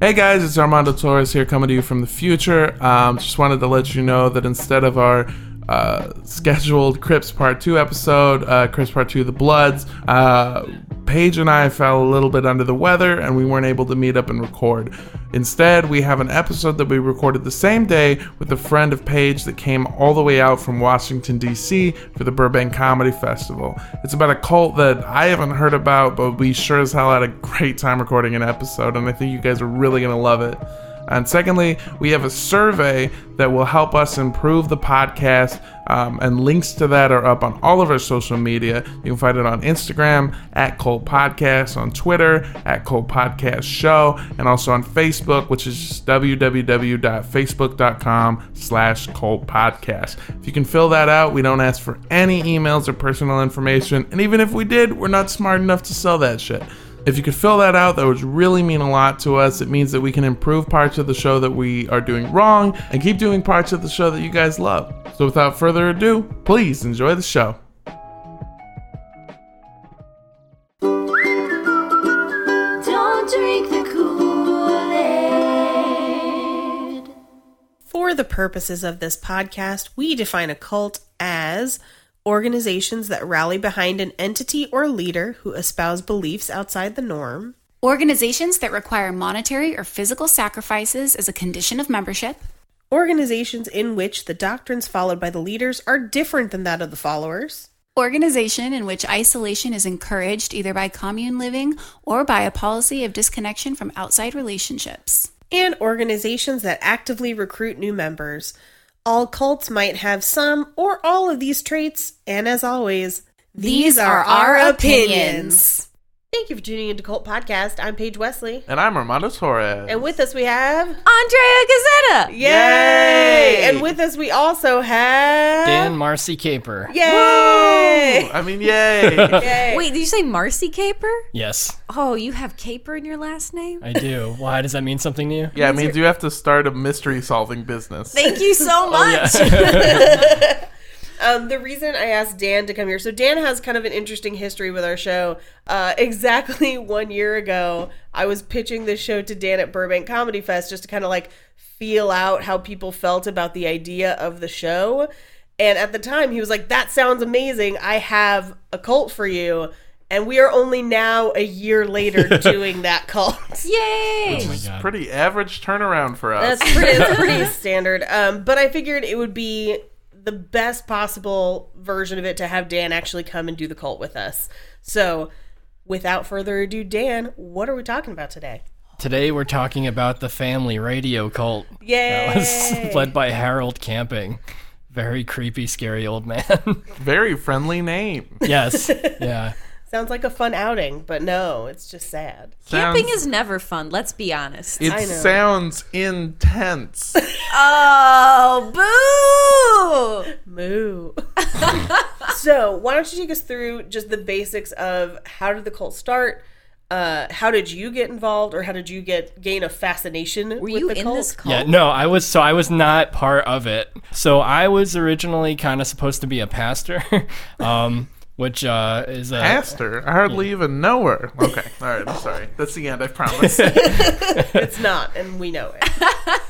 Hey guys, it's Armando Torres here coming to you from the future. Um, just wanted to let you know that instead of our uh, scheduled Crips Part 2 episode, uh, Crips Part 2 The Bloods, uh, Paige and I fell a little bit under the weather and we weren't able to meet up and record. Instead, we have an episode that we recorded the same day with a friend of Paige that came all the way out from Washington, D.C. for the Burbank Comedy Festival. It's about a cult that I haven't heard about, but we sure as hell had a great time recording an episode, and I think you guys are really going to love it. And secondly, we have a survey that will help us improve the podcast. um, and links to that are up on all of our social media. You can find it on Instagram at Cold Podcast, on Twitter at Cold Podcast Show, and also on Facebook, which is just www.facebook.com slash Cold Podcast. If you can fill that out, we don't ask for any emails or personal information. And even if we did, we're not smart enough to sell that shit. If you could fill that out, that would really mean a lot to us. It means that we can improve parts of the show that we are doing wrong and keep doing parts of the show that you guys love. So without further ado, please enjoy the show. Don't drink the Kool-Aid. For the purposes of this podcast, we define a cult as organizations that rally behind an entity or leader who espouse beliefs outside the norm, Organizations that require monetary or physical sacrifices as a condition of membership, organizations in which the doctrines followed by the leaders are different than that of the followers, organization in which isolation is encouraged either by commune living or by a policy of disconnection from outside relationships. and organizations that actively recruit new members. All cults might have some or all of these traits, and as always, Thank you for tuning into Cult Podcast. I'm Paige Wesley. And I'm Armando Torres. And with us we have Andrea Gazetta. Yay! And with us, we also have Dan Marcy Caper. Yay! I mean, yay! Yay. Wait, did you say Marcy Caper? Yes, Oh, you have Caper in your last name? I do. Why does that mean something to you? yeah, it means you have to start a mystery solving business. Thank you so much. Um, the reason I asked Dan to come here, so Dan has kind of an interesting history with our show. Uh, exactly one year ago, I was pitching this show to Dan at Burbank Comedy Fest just to kind of like feel out how people felt about the idea of the show. And at the time, he was like, "That sounds amazing. I have a cult for you." And we are only now a year later doing that cult. Yay! Oh my God. Pretty average turnaround for us. That's pretty, that's pretty standard. Um, but I figured it would be the best possible version of it to have Dan actually come and do the cult with us. So, without further ado, Dan, what are we talking about today? Today we're talking about the family radio cult Yay! that was led by Harold Camping. Very creepy, scary old man. Very friendly name. yes. Yeah. Sounds like a fun outing, but no, it's just sad. Camping Sounds- is never fun, let's be honest. It I know. sounds intense. Oh, boo! Moo. so, why don't you take us through just the basics of how did the cult start? Uh, how did you get involved, or how did you get gain a fascination Were with you the in cult? this cult? Yeah, no, I was so I was not part of it. So I was originally kind of supposed to be a pastor, um, which uh, is a Pastor, I hardly even know her. Okay, all right, I'm sorry. That's the end, I promise. It's not, and we know it.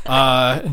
uh,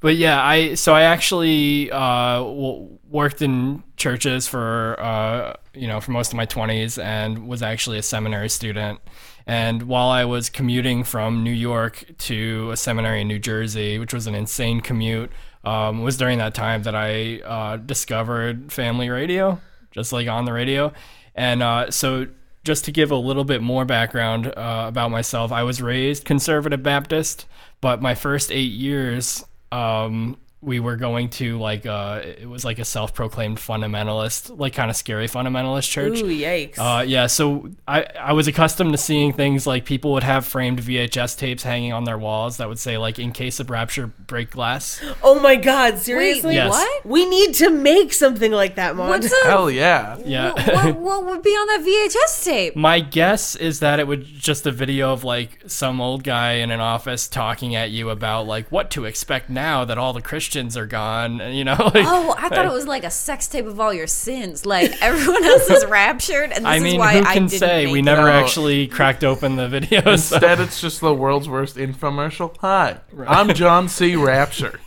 but yeah, I so I actually uh, w- worked in churches for uh, you know for most of my twenties and was actually a seminary student. And while I was commuting from New York to a seminary in New Jersey, which was an insane commute, um, was during that time that I uh, discovered family radio, just like on the radio. And uh, so, just to give a little bit more background uh, about myself, I was raised conservative Baptist, but my first eight years, um, we were going to like uh, it was like a self-proclaimed fundamentalist, like kind of scary fundamentalist church. Ooh, yikes. Uh, yeah, so I, I was accustomed to seeing things like people would have framed VHS tapes hanging on their walls that would say like "In case of rapture, break glass." Oh my god, Wait, seriously? wait, Yes. what? We need to make something like that, Mon. What's a, Hell yeah. Yeah, what, what would be on that VHS tape? My guess is that it was just a video of like some old guy in an office talking at you about like what to expect now that all the Christians are gone. and, You know, like, Oh, I thought it was like a sex tape of all your sins. Like everyone else is raptured, and this I mean, is why who I can didn't say make we it. never No. actually cracked open the videos? so- Instead, it's just the world's worst infomercial. Hi, I'm John C. Rapture.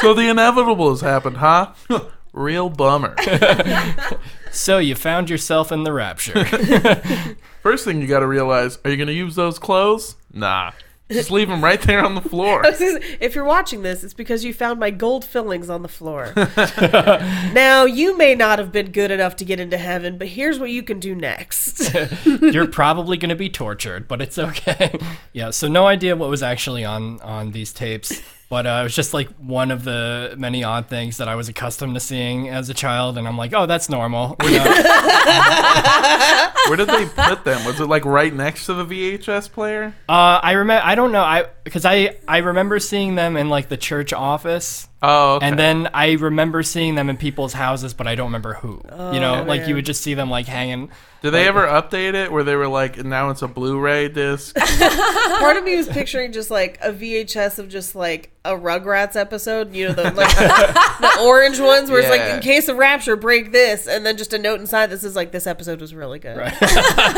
so the inevitable has happened, huh? Real bummer. So you found yourself in the rapture. First thing you got to realize: Are you going to use those clothes? Nah, just leave them right there on the floor. This is- if you're watching this, it's because you found my gold fillings on the floor. now, you may not have been good enough to get into heaven, but here's what you can do next. You're probably going to be tortured, but it's okay. yeah. So no idea what was actually on on these tapes, but uh, it was just like one of the many odd things that I was accustomed to seeing as a child, and I'm like, oh, that's normal. you know? Where did they put them? Was it like right next to the VHS player? uh, I remember. I don't know. I because I I remember seeing them in like the church office. Oh, okay. And then I remember seeing them in people's houses, but I don't remember who. you know, like you would just see them like hanging. Did they ever update it where they were like, now it's a Blu-ray disc? Part of me was picturing just like a VHS of just like a Rugrats episode, you know, the, like, the orange ones where it's like, Yeah. in case of rapture, break this. And then just a note inside this is like, this episode was really good. Or Or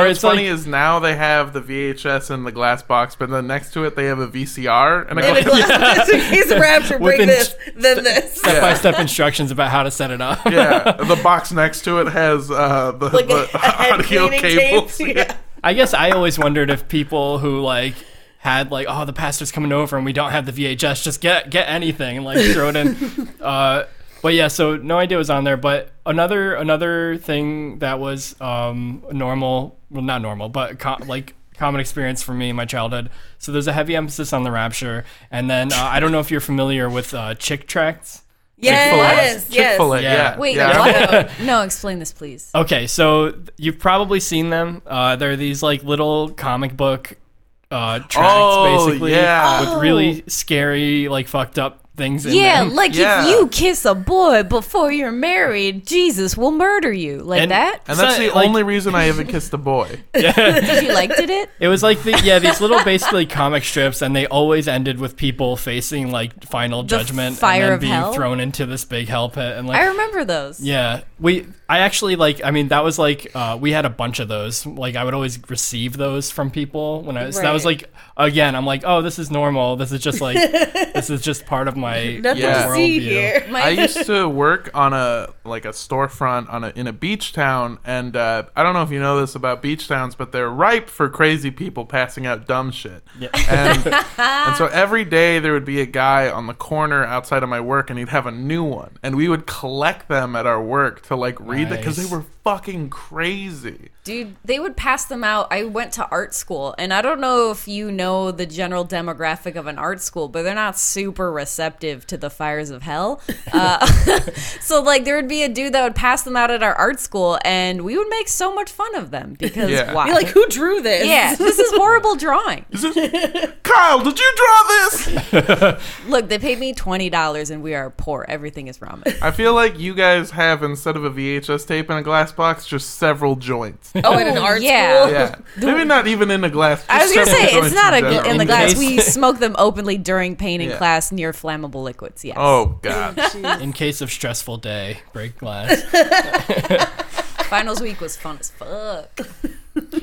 what's it's like, funny is now they have the VHS in the glass box, but then next to it they have a VCR and a And a glass. glass- in case of rapture, break Within this, then this. step by step instructions about how to set it up. yeah, the box next to it has uh, the, Like the a, a head audio cleaning tape. cables. Yeah. I guess I always wondered if people who like had like oh the pastor's coming over and we don't have the VHS just get get anything and like throw it in. uh, but yeah, so no idea was on there. But another another thing that was um, normal, well not normal, but co- like common experience for me in my childhood. So there's a heavy emphasis on the rapture, and then uh, I don't know if you're familiar with uh, chick tracts. Yes, yes. Chick-fil-A, Yeah. yeah. Wait, yeah. what? no, explain this, please. Okay, so th- you've probably seen them. Uh, they're these like little comic book uh, tracks, Oh, basically, yeah. with really scary, like fucked up things in Yeah, them. like Yeah. if you kiss a boy before you're married, Jesus will murder you. Like And- that? And that's So, the like- only reason I ever kissed a boy. If you liked it, it? It was like the yeah these little basically comic strips, and they always ended with people facing like final judgment fire and then of being hell? thrown into this big hell pit. And like, I remember those. yeah, we I actually like I mean that was like uh, we had a bunch of those. Like I would always receive those from people when I was that was Right. like again I'm like oh this is normal. This is just like this is just part of my Nothing Yeah. to see worldview. here. I used to work on a like a storefront on a in a beach town, and uh, I don't know if you know this about beach towns, but they're ripe for crazy people passing out dumb shit. And, and so every day there would be a guy on the corner outside of my work, and he'd have a new one, and we would collect them at our work to like read them because Nice. they were fucking crazy. Dude, they would pass them out. I went to art school, and I don't know if you know the general demographic of an art school, but they're not super receptive to the fires of hell. Uh, so, like, there would be a dude that would pass them out at our art school, and we would make so much fun of them because Yeah. why? You're like, who drew this? yeah, this is horrible drawing. Kyle, did you draw this? Look, they paid me twenty dollars, and we are poor. Everything is ramen. I feel like you guys have instead of a VHS tape in a glass box, just several joints. Oh, in an art yeah. school? Yeah, maybe not even in a glass. I was just gonna several say joints it's not in a, general. in the In glass. case- We smoke them openly during painting Yeah. class near flammable liquids. Yes. Oh god. In case of stressful day, break glass. finals week was fun as fuck.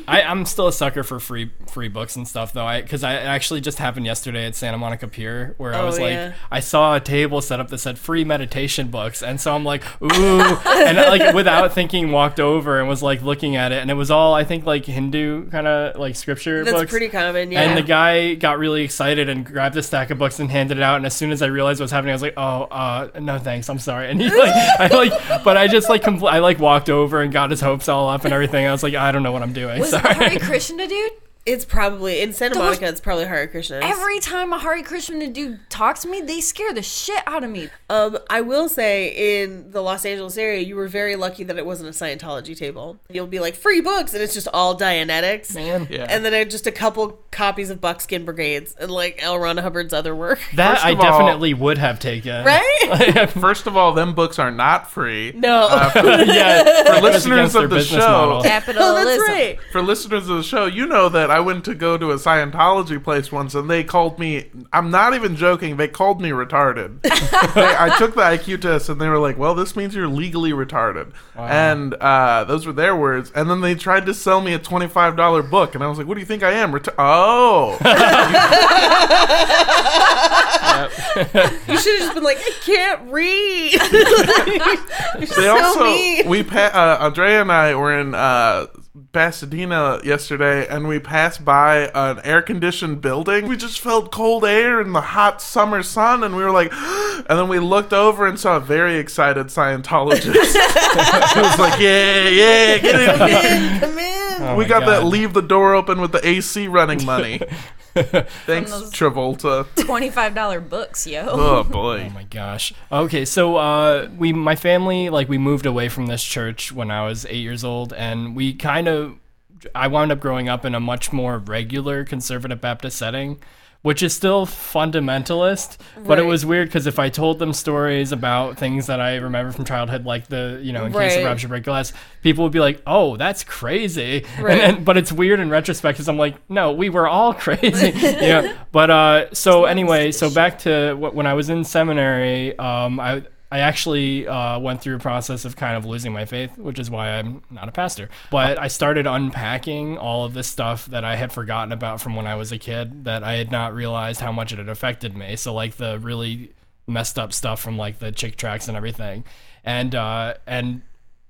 I, I'm still a sucker for free free books and stuff though. I because I it actually just happened yesterday at Santa Monica Pier where I Oh, was like yeah. I saw a table set up that said free meditation books, and so I'm like ooh, and I, like without thinking walked over and was like looking at it, and it was all I think like Hindu kind of like scripture That's books. pretty common, yeah. And the guy got really excited and grabbed a stack of books and handed it out. And as soon as I realized what was happening, I was like, "Oh, uh, no, thanks. I'm sorry." And he like, I like, but I just like, compl- I like walked over and got his hopes all up and everything. I was like, "I don't know what I'm doing." Was sorry. a Hare Krishna dude? It's probably in Santa Those- Monica. It's probably Hare Krishna. Every time a Hare Krishna dude talks to me, they scare the shit out of me. um, I will say in the Los Angeles area, you were very lucky that it wasn't a Scientology table. You'll be like free books, and it's just all Dianetics, man. Yeah. And then uh, just a couple copies of Buckskin Brigades and like L. Ron Hubbard's other work, That First I of all- definitely would have taken. right? First of all, them books are not free. no, yeah. Uh, For listeners against of their the business show- model. Capitalism. oh, that's right. For listeners of the show, you know that I went to go to a Scientology place once, and they called me. I'm not even joking. They called me retarded. They- I took the IQ test, and they were like, "Well, this means you're legally retarded." And uh, those were their words. And then they tried to sell me a twenty five dollar book, and I was like, "What do you think I am? Reta- oh, You should have just been like, I can't read. You're They so also mean. we pa- uh, Andrea and I were in uh, Pasadena yesterday, and we passed by an air conditioned building. We just felt cold air in the hot summer sun, and we were like, and then we looked over and saw a very excited Scientologist. it was like, yeah, yeah, get in here. Come in. Oh we my got that God. leave the door open with the AC running money. Thanks, From those- Travolta. Twenty-five dollar books, yo. Oh Oh boy. my gosh. Okay, so uh, we, my family, like we moved away from this church when I was eight years old, and we kind of, I wound up growing up in a much more regular conservative Baptist setting, which is still fundamentalist. But it Right. was weird because if I told them stories about things that I remember from childhood, like the you know in case Right. of ruptured break glass, people would be like, "Oh, that's crazy." Right. And then, but it's weird in retrospect because I'm like, no, we were all crazy. yeah. But uh, so anyway, so back to wh- when I was in seminary, um, I I actually uh, went through a process of kind of losing my faith, which is why I'm not a pastor. But I started unpacking all of this stuff that I had forgotten about from when I was a kid that I had not realized how much it had affected me. So like the really messed up stuff from like the chick tracks and everything, and uh, and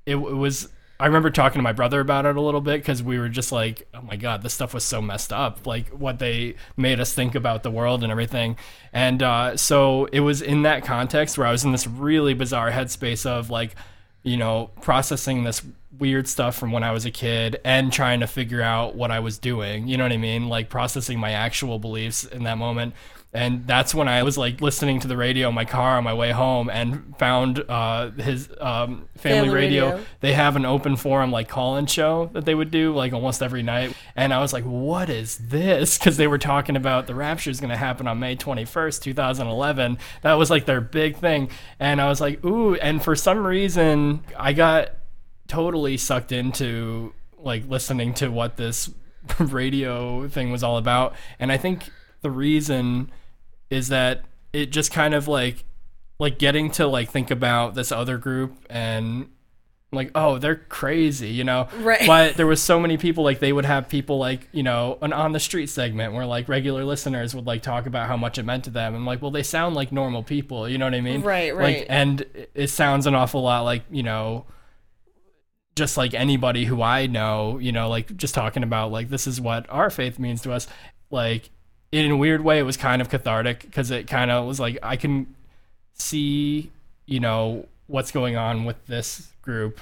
it, it was I remember talking to my brother about it a little bit because we were just like, oh my god, this stuff was so messed up. Like what they made us think about the world and everything. And uh, so it was in that context where I was in this really bizarre headspace of like, you know, processing this weird stuff from when I was a kid and trying to figure out what I was doing. You know what I mean? Like processing my actual beliefs in that moment. And that's when I was like listening to the radio in my car on my way home and found uh, his um, family, Family radio. radio. They have an open forum like call in show that they would do like almost every night. And I was like, what is this? Because they were talking about the rapture is going to happen on May 21st, 2011. That was like their big thing. And I was like, ooh. And for some reason, I got totally sucked into like listening to what this radio thing was all about and i think the reason is that it just kind of like like getting to like think about this other group and like oh they're crazy you know Right. but there was so many people like they would have people like you know an on the street segment where like regular listeners would like talk about how much it meant to them and like well they sound like normal people you know what i mean Right, Like, right. and it- it sounds an awful lot like you know just like anybody who I know, you know, like just talking about like this is what our faith means to us. Like in a weird way, it was kind of cathartic because it kind of was like I can see, you know, what's going on with this group,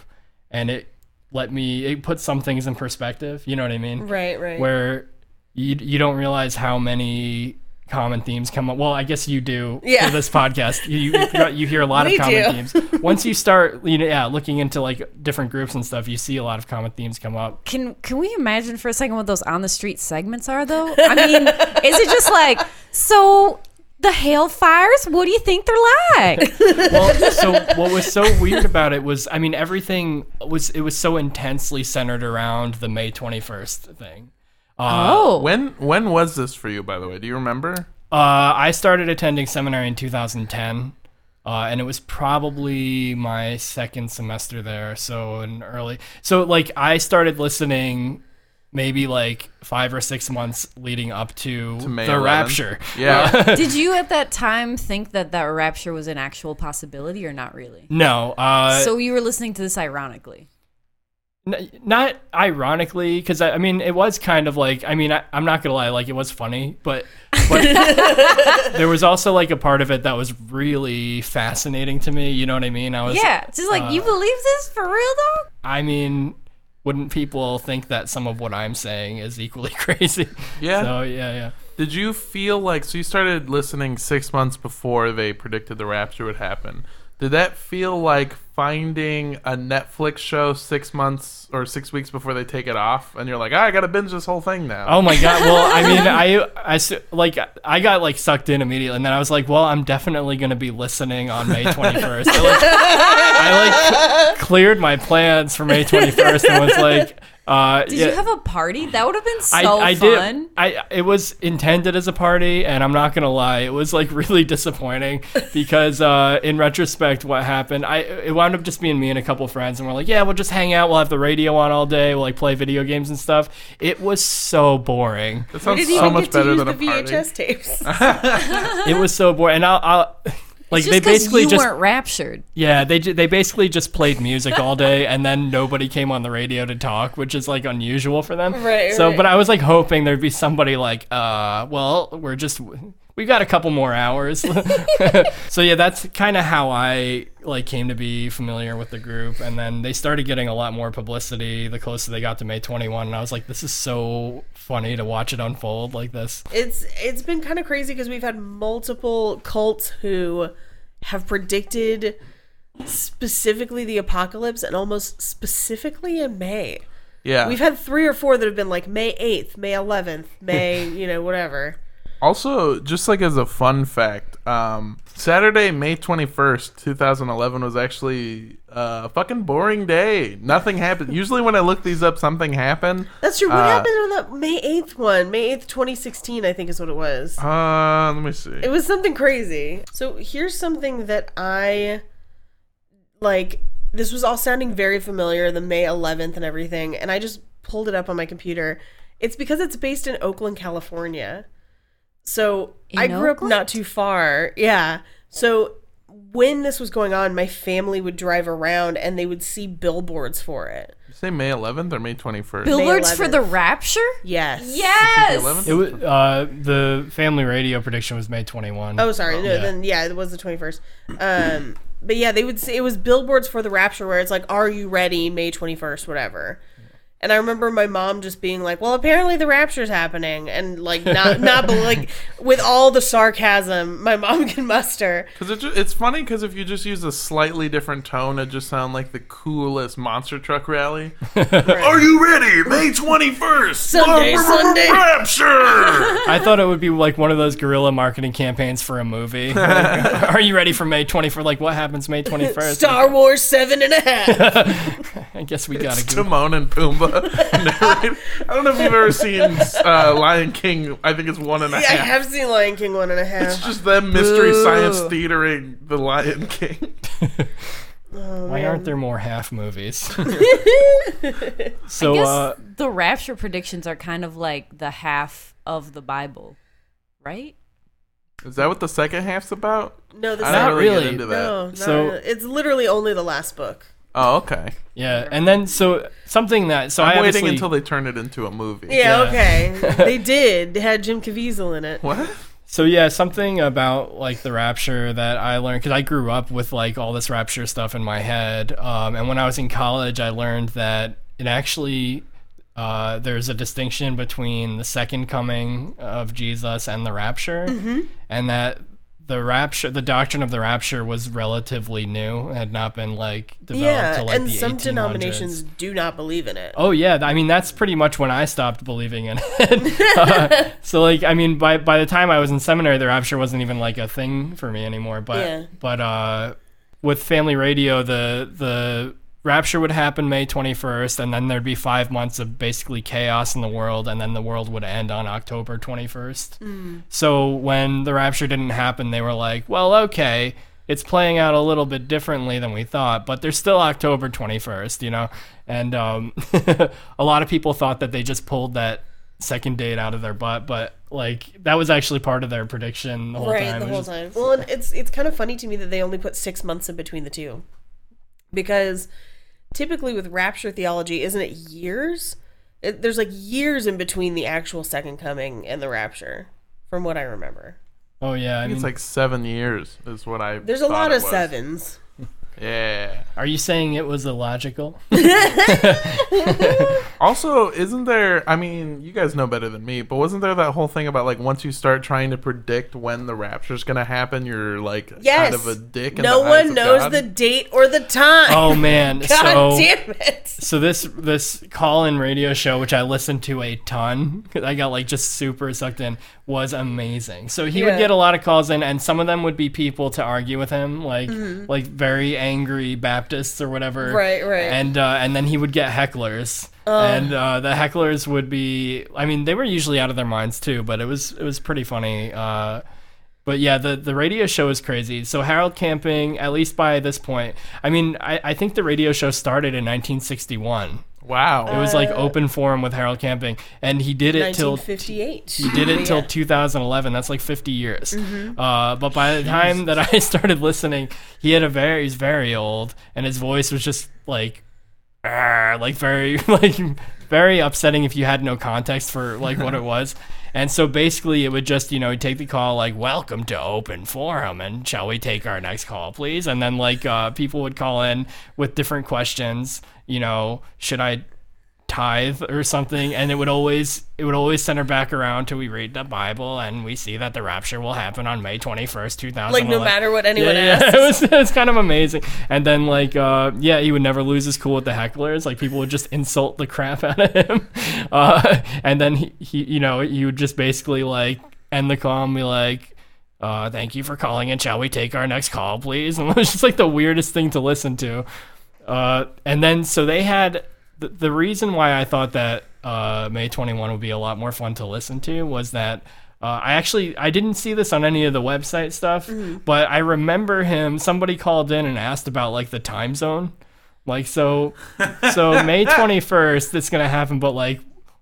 and it let me it put some things in perspective. You know what I mean? Right, right. Where you you don't realize how many common themes come up. Well, I guess you do Yeah. for this podcast. You you, you hear a lot We of common do. themes themes. Once you start, you know, yeah, looking into like different groups and stuff, you see a lot of common themes come up. Can can we imagine for a second what those on the street segments are though? I mean, is it just like so the hailfires? What do you think they're like? Well, so what was so weird about it was, I mean, everything was it was so intensely centered around the May twenty first thing. oh, When when was this for you? By the way, do you remember? Uh, I started attending seminary in 2010, uh, and it was probably my second semester there. So in early, so like I started listening maybe like five or six months leading up to, May the 11th? rapture. Yeah. did you at that time think that that rapture was an actual possibility or not really? No, uh, so you were listening to this ironically. N- not ironically because I, I mean it was kind of like i mean I, i'm not gonna lie like it was funny but, but there was also like a part of it that was really fascinating to me you know what i mean i was Yeah, just like you believe this for real though. i mean wouldn't people think that some of what i'm saying is equally crazy Yeah. so yeah yeah Did you feel like so you started listening six months before they predicted the rapture would happen? Did that feel like finding a Netflix show six months or six weeks before they take it off, and you're like, "Ah, I gotta binge this whole thing now? Oh my god! Well, I mean, I, I s- like I got like sucked in immediately, and then I was like, well, I'm definitely gonna be listening on May 21st. I like, I like cleared my plans for May 21st and was like. Uh, Did yeah. you have a party? That would have been so I, I fun. did. I it was intended as a party, and I'm not gonna lie, it was like really disappointing because uh, in retrospect, what happened? I it wound up just being me and a couple friends, and we're like, yeah, we'll just hang out. We'll have the radio on all day. We'll like play video games and stuff. It was so boring. That I sounds didn't so even much get to better use than the a party. VHS tapes. It was so boring, and I'll. I'll like It's they just 'cause basically you just weren't raptured. yeah they ju- they basically just played music all day and then nobody came on the radio to talk which is like unusual for them Right, so right. but I was like hoping there'd be somebody like uh well we're just we've got a couple more hours so yeah that's kind of how I like came to be familiar with the group and then they started getting a lot more publicity the closer they got to May 21 and I was like this is so funny to watch it unfold like this it's it's been kind of crazy because we've had multiple cults who have predicted specifically the apocalypse and almost specifically in May. Yeah. We've had three or four that have been like May 8th, May 11th, May, you know, whatever. Also, just like as a fun fact, um, Saturday, May 21st, 2011 was actually uh, a fucking boring day. Nothing happened. Usually when I look these up, something happened. That's true. What Uh, happened on that May 8th one? May 8th, 2016, I think is what it was. Uh, let me see. It was something crazy. So here's something that I like. This was all sounding very familiar, the May 11th and everything, and I just pulled it up on my computer. It's because it's based in Oakland, California. So I grew up not too far. Yeah. So when this was going on, my family would drive around and they would see billboards for it. Did you say May 11th or May 21st? Billboards for the rapture? Yes. Yes. 11th? it was uh the family radio prediction was May 21 Oh, sorry. No, Yeah. then yeah, it was the twenty first. Um, but yeah, they would say it was billboards for the rapture, where it's like, "Are you ready?" May twenty first, whatever. And I remember my mom just being like, "Well, apparently the rapture's happening," and like not not but like with all the sarcasm my mom can muster. Because it ju- it's funny because if you just use a slightly different tone, it just sound like the coolest monster truck rally. Are you ready? May 21st! Sunday, Sunday. Rapture! I thought it would be like one of those guerrilla marketing campaigns for a movie. Like, are you ready for May 24th? Like, what happens May 21st? Star Wars seven and a half. I guess we gotta go. Timon and Pumbaa. narrated. I don't know if you've ever seen uh, Lion King. I think it's one and a I half. have seen Lion King one and a half. It's just them mystery science theatering the Lion King. Why aren't there more half movies? so, guess uh, the rapture predictions are kind of like the half of the Bible, right? Is that what the second half's about? no, this I is don't Not really, really. get into that. no, not So- really. it's literally only the last book. Oh, okay. yeah, and then so something that so i I'm waiting obviously- until they turn it into a movie. Yeah, Yeah. okay. they did. They had Jim Caviezel in it. What? So yeah, something about like the rapture that I learned because I grew up with like all this rapture stuff in my head, um, and when I was in college, I learned that it actually uh, there's a distinction between the second coming of Jesus and the rapture, Mm-hmm. and that the rapture, the doctrine of the rapture, was relatively new, had not been like developed Yeah, till, like and the some 1800s. denominations do not believe in it. Oh yeah, I mean that's pretty much when I stopped believing in it. Uh, so like, I mean, by by the time I was in seminary, the rapture wasn't even like a thing for me anymore. But Yeah. but uh, with family radio, the the rapture would happen May twenty first, and then there'd be five months of basically chaos in the world, and then the world would end on October twenty first. So when the rapture didn't happen, they were like, well, okay, it's playing out a little bit differently than we thought, but there's still October 21st, you know? And um, a lot of people thought that they just pulled that second date out of their butt, but like that was actually part of their prediction the whole time. It was just- time. Well, and it's it's kind of funny to me that they only put six months in between the two, because typically with rapture theology, isn't it years? It, there's like years in between the actual second coming and the rapture, from what I remember. Oh, yeah. I I think mean, it's like seven years is what I. There's a thought lot it of was. sevens. Yeah. are you saying it was illogical? Also, isn't there? I mean, you guys know better than me, but wasn't there that whole thing about like once you start trying to predict when the rapture's gonna happen, you're like Yes. kind of a dick. In no the eyes one of knows God? the date or the time. oh, man. God so, damn it! so this this call in radio show, which I listened to a ton, 'cause I got like just super sucked in, was amazing. So he Yeah. would get a lot of calls in, and some of them would be people to argue with him, like like very angry Baptists or whatever, Mm-hmm. Right, Oh. right. And uh, and then he would get hecklers. and uh, the hecklers would be. I mean, they were usually out of their minds too, but it was it was pretty funny. Uh, but yeah, the, the radio show is crazy. So Harold Camping, at least by this point, I mean, I, I think the radio show started in 1961. Wow. Uh, It was like open forum with Harold Camping, and he did it till 1958. he did it till 2011. That's like 50 years. Uh, but by the time that I started listening, he had a very he's very old, and his voice was just like, "Arr," like very like very upsetting if you had no context for like what it was. And so basically, it would just you know he'd take the call like "Welcome to Open Forum," and shall we take our next call, please? And then like uh, people would call in with different questions. You know, should I tithe or something and it would always it would always center back around till we read the bible and we see that the rapture will happen on may 21st 2000 Like, no matter what anyone yeah, asks. yeah. it was it was kind of amazing and then like uh yeah he would never lose his cool with the hecklers like people would just insult the crap out of him uh and then he, he you know he would just basically like end the call and be like uh thank you for calling and shall we take our next call please and it was just like the weirdest thing to listen to uh, and then so they had the, the reason why I thought that uh, May 21 would be a lot more fun to listen to was that uh, I actually I didn't see this on any of the website stuff, but I remember him. Somebody called in and asked about like the time zone, like so so May 21st it's gonna happen, but like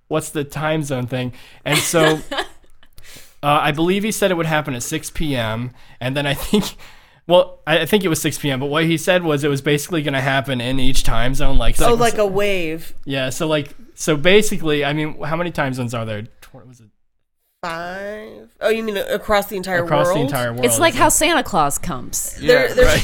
what's the time zone thing? And so. Uh, I believe he said it would happen at 6 p.m. And then I think, well, I I think it was 6 p.m. But what he said was it was basically going to happen in each time zone. Like, Oh, like a wave. yeah. So like, so basically, I mean, how many time zones are there? Tw- Was it Five. Oh, you mean across the entire across world? the entire world? It's like isn't it? how Santa Claus comes. Yeah, There, there's,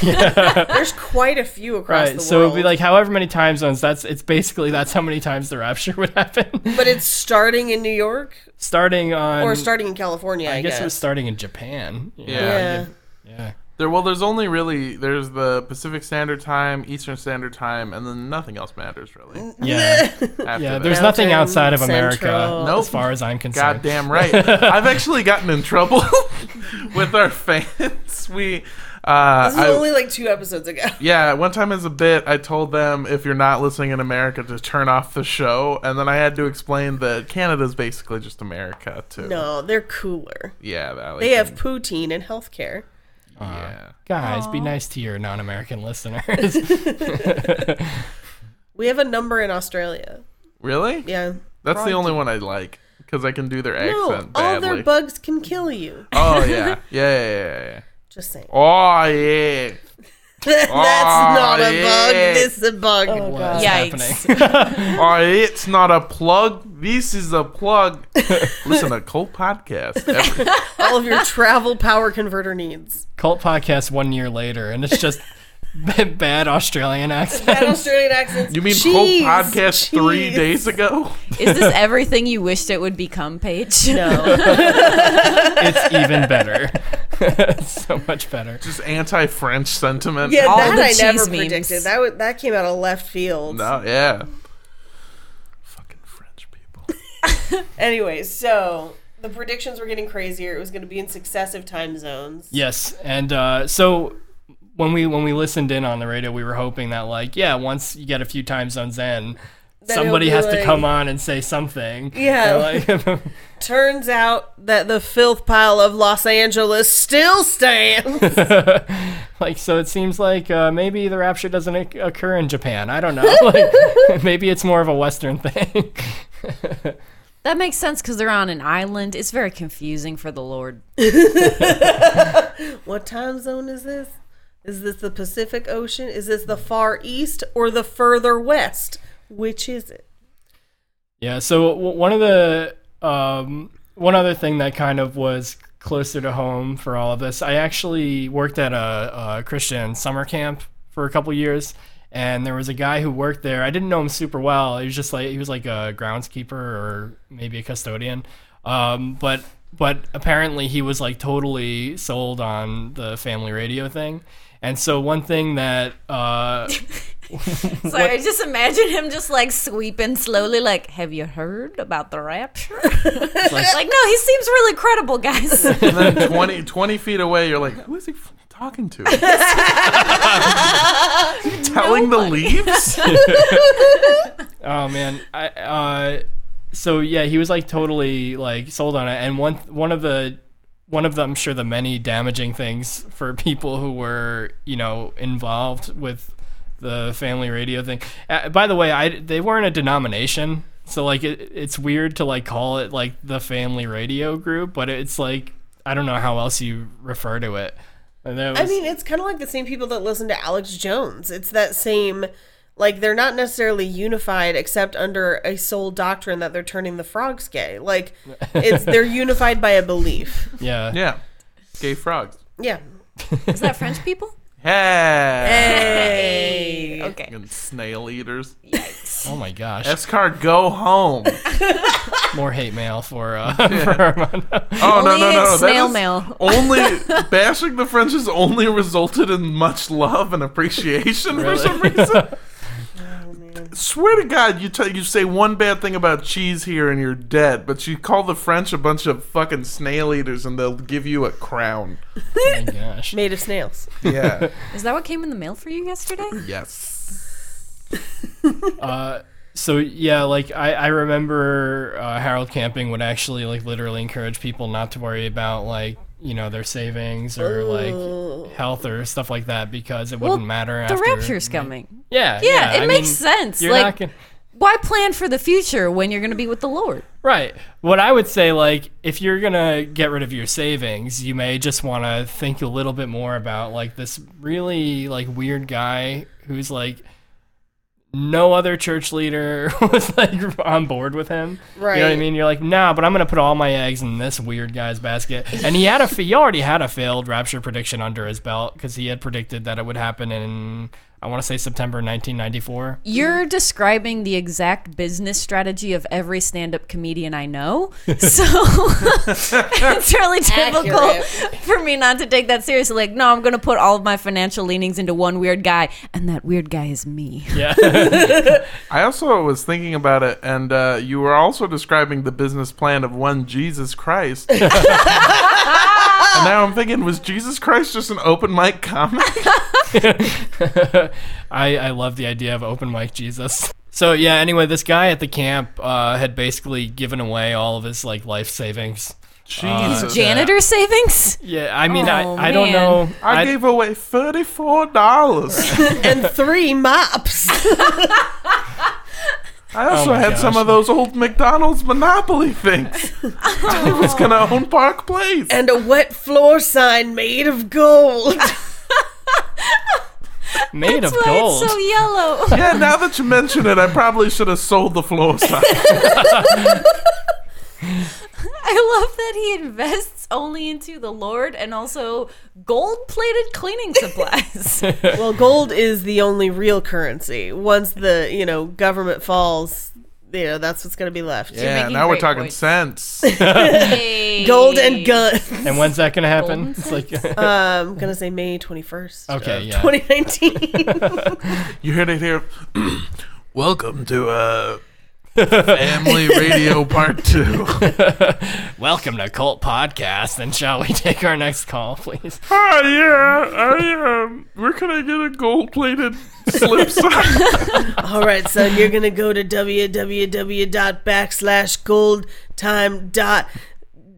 there's quite a few across Right, the so world. it'd be like however many time zones. That's it's basically that's how many times the rapture would happen. but it's starting in New York starting on, or starting in California. I, I guess, it was starting in Japan. Yeah. Yeah. yeah. There, well, there's only really there's the Pacific Standard Time, Eastern Standard Time, and then nothing else matters really. yeah. After Yeah, that. there's Mountain nothing outside of America, Central. Nope. as far as I'm concerned. Goddamn right. I've actually gotten in trouble with our fans. We, uh, This is I- only like two episodes ago. yeah, one time as a bit, I told them if you're not listening in America to turn off the show, and then I had to explain that Canada's basically just America too. No, they're cooler. Yeah, that, like, They have poutine and healthcare. Yeah. Guys, be nice to your non-American listeners. We have a number in Australia. Really? Yeah. That's the only one I like because I can do their No, accent all badly. their bugs can kill you. oh yeah. Yeah, yeah, yeah, yeah. Just saying. Oh yeah. That's not a bug. yeah. This is a bug. What's happening? Oh, it's not a plug. This is a plug. Listen to Cult Podcast. Every- all of your travel power converter needs. Cult podcast one year later, and it's just b- bad Australian accent. Bad Australian accents. You mean Cheese, Cult Podcast three cheese. days ago? Is this everything you wished it would become, Paige? No. It's even better. so much better. Just anti-French sentiment. Yeah, All that the I never cheese memes. predicted. That w- that came out of left field. No, yeah. Fucking French people. Anyway, so the predictions were getting crazier. It was going to be in successive time zones. Yes, and uh, so when we when we listened in on the radio, we were hoping that like yeah, once you get a few time zones in. it'll Somebody be has to like- come on and say something. Yeah. And, like, Turns out that the filth pile of Los Angeles still stands. like so it seems like uh, maybe the rapture doesn't oc- occur in japan i don't know like, maybe it's more of a western thing That makes sense because they're on an island. It's very confusing for the Lord. what time zone is this? Is this the Pacific Ocean? Is this the Far East or the further west? Which is it? yeah so w- one of the um, one other thing that kind of was closer to home for all of this i actually worked at a, a christian summer camp for a couple years and there was a guy who worked there i didn't know him super well he was just like he was like a groundskeeper or maybe a custodian um, but but apparently he was like totally sold on the family radio thing and so one thing that uh, Sorry, I just imagine him just like sweeping slowly, like, have you heard about the rapture? like, no, he seems really credible, guys. And then 20, 20 feet away, you're like, who is he? f- talking to? Telling the leaves? Oh man, I uh, so yeah, he was like totally like sold on it, and one one of the one of the I'm sure the many damaging things for people who were you know involved with the family radio thing. Uh, by the way, I they weren't a denomination, so like it, it's weird to like call it like the family radio group, but it's like I don't know how else you refer to it. And that was, I mean, it's kind of like the same people that listen to Alex Jones. It's that same, like, they're not necessarily unified except under a sole doctrine that they're turning the frogs gay. Like, it's they're unified by a belief. yeah, yeah. Gay frogs. Yeah. Is that French people? Hey. Hey. Okay. Fucking snail eaters. Oh my gosh, Escar, go home. more hate mail for uh, for Armando. Oh no Only no no! no. That snail is- mail. Only bashing the French has only resulted in much love and appreciation for some reason. Swear to God, you tell you say one bad thing about cheese here and you're dead. But you call the French a bunch of fucking snail eaters and they'll give you a crown. Oh my gosh. Made of snails. Yeah. Is that what came in the mail for you yesterday? yes. so yeah like i, I remember uh, harold camping would actually like literally encourage people not to worry about like you know their savings or like health or stuff like that because it wouldn't matter Oh. The after rapture's coming. yeah Yeah, it I makes mean, sense. you're like, not gonna- why plan for the future when you're going to be with the Lord? right what i would say like if you're gonna get rid of your savings you may just want to think a little bit more about like this really like weird guy who's like no other church leader was like on board with him. You know what I Right. mean? You're like, nah, but I'm gonna put all my eggs in this weird guy's basket. And he had a he already had a failed rapture prediction under his belt because he had predicted that it would happen in I want to say September 1994. You're describing the exact business strategy of every stand-up comedian I know. So it's really difficult for me not to take that seriously. Like, no, I'm going to put all of my financial leanings into one weird guy, and that weird guy is me. I also was thinking about it, and uh, you were also describing the business plan of one Jesus Christ. and now I'm thinking, was Jesus Christ just an open mic comic? I, I love the idea of open mic Jesus. So yeah, anyway, this guy at the camp uh, had basically given away all of his like life savings. Jesus. Janitor savings? Yeah, I mean, Oh, I, I don't man. know. I, I- gave away thirty-four dollars. and three mops. I also Oh my had some gosh. of those old McDonald's Monopoly things. I was gonna own Park Place. and a wet floor sign made of gold. made of Why gold. it's so yellow. yeah, now that you mention it, I probably should have sold the floor sign. I love that he invests only into the Lord and also gold-plated cleaning supplies. well, gold is the only real currency. Once the, you know, government falls, you know, that's what's going to be left. yeah, making now we're great talking points. sense. Gold and guns. and when's that gonna happen? It's like Uh, I'm going to say May 21st. okay, yeah. 2019. You heard it here. Welcome to uh, Family Radio Part Two. Welcome to Cult Podcast. And shall we take our next call, please? Hi, yeah, I um, where can I get a gold-plated slip sign? All right, son, you're going to go to www backslash gold time dot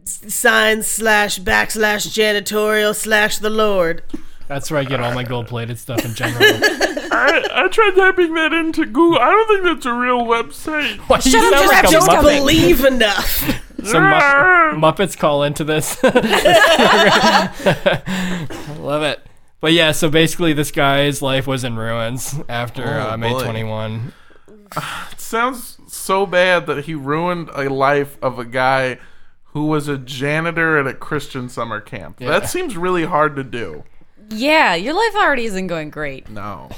sign slash backslash janitorial slash the Lord. That's where I get all my gold-plated stuff in general. I, I tried typing that into Google. I don't think that's a real website. Why do you sound I like a just Muppet? believe enough. Some Mupp- Muppets call into this. Love it. But yeah, so basically, this guy's life was in ruins after Oh, uh, May boy. 21. sounds so bad that he ruined a life of a guy who was a janitor at a Christian summer camp. That seems really hard to do. Yeah, your life already isn't going great. No.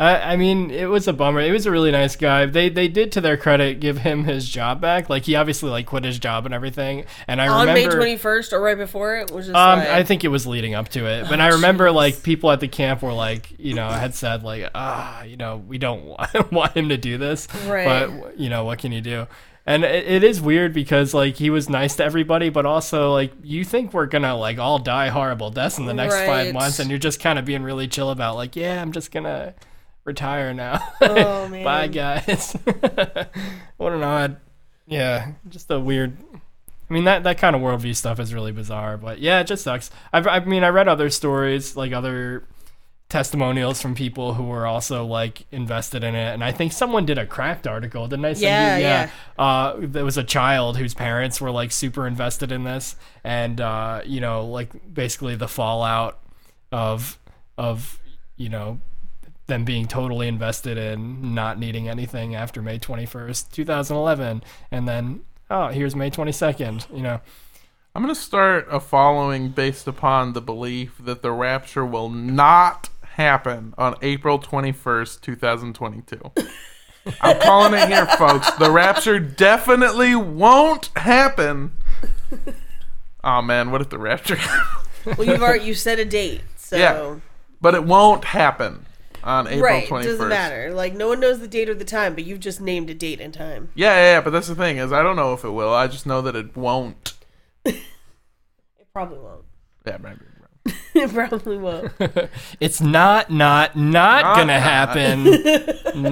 I, I mean, it was a bummer. It was a really nice guy. They they did, to their credit, give him his job back. Like he obviously like quit his job and everything. And I on remember May 21st or right before it was just Um, like, Oh, I think it was leading up to it, but I remember like people at the camp were like, you know, had said like, ah, you know, we don't want, want him to do this, Right. but you know, what can you do? And it, it is weird because like he was nice to everybody, but also like you think we're gonna like all die horrible deaths in the next Right. five months, and you're just kind of being really chill about like, yeah, I'm just gonna retire now. Oh, man. Bye guys. what an odd, yeah, just a weird. I mean that that kind of worldview stuff is really bizarre, but yeah, it just sucks. I've, I mean, I read other stories like other testimonials from people who were also like invested in it and i think someone did a cracked article didn't i send Yeah, you uh there was a child whose parents were like super invested in this and uh you know like basically the fallout of of you know them being totally invested in not needing anything after may 21st 2011 and then oh here's may 22nd you know I'm going to start a following based upon the belief that the rapture will not happen on April 21st, 2022. I'm calling it here, folks. The rapture definitely won't happen. Oh man, what if the rapture? Well, you've already you set a date, so yeah, but it won't happen on April right 21st. doesn't matter. Like no one knows the date or the time, but you've just named a date and time. Yeah, yeah, yeah, but that's the thing is I don't know if it will. I just know that it won't. It probably won't. Yeah, maybe. it probably won't. It's not, not, not, Not, gonna not. happen.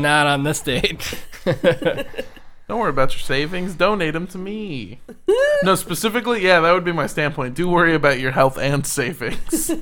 not on this date. Don't worry about your savings. Donate them to me. no, specifically, yeah, that would be my standpoint. Do worry about your health and savings.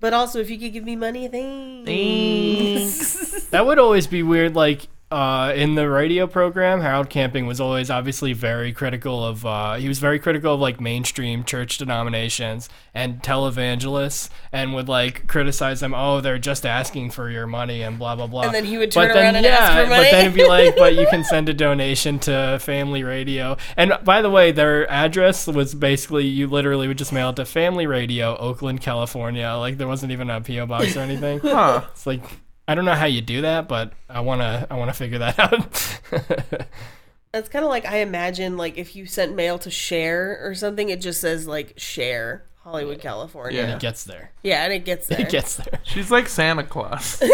But also, if you could give me money, thanks. that would always be weird. Like uh, in the radio program, Harold Camping was always obviously very critical of. Uh, he was very critical of like mainstream church denominations and televangelists, and would like criticize them. Oh, they're just asking for your money and blah blah blah. And then he would turn around and ask for money. But then it'd be like, but you can send a donation to Family Radio. And by the way, their address was basically you literally would just mail it to Family Radio, Oakland, California. Like there wasn't even a PO box or anything. Huh. It's like I don't know how you do that, but I wanna I wanna figure that out. That's kind of like I imagine, like if you sent mail to Share or something, it just says like Share, Hollywood, California. Yeah. it gets there. Yeah, and it gets there. It gets there. She's like Santa Claus. Dear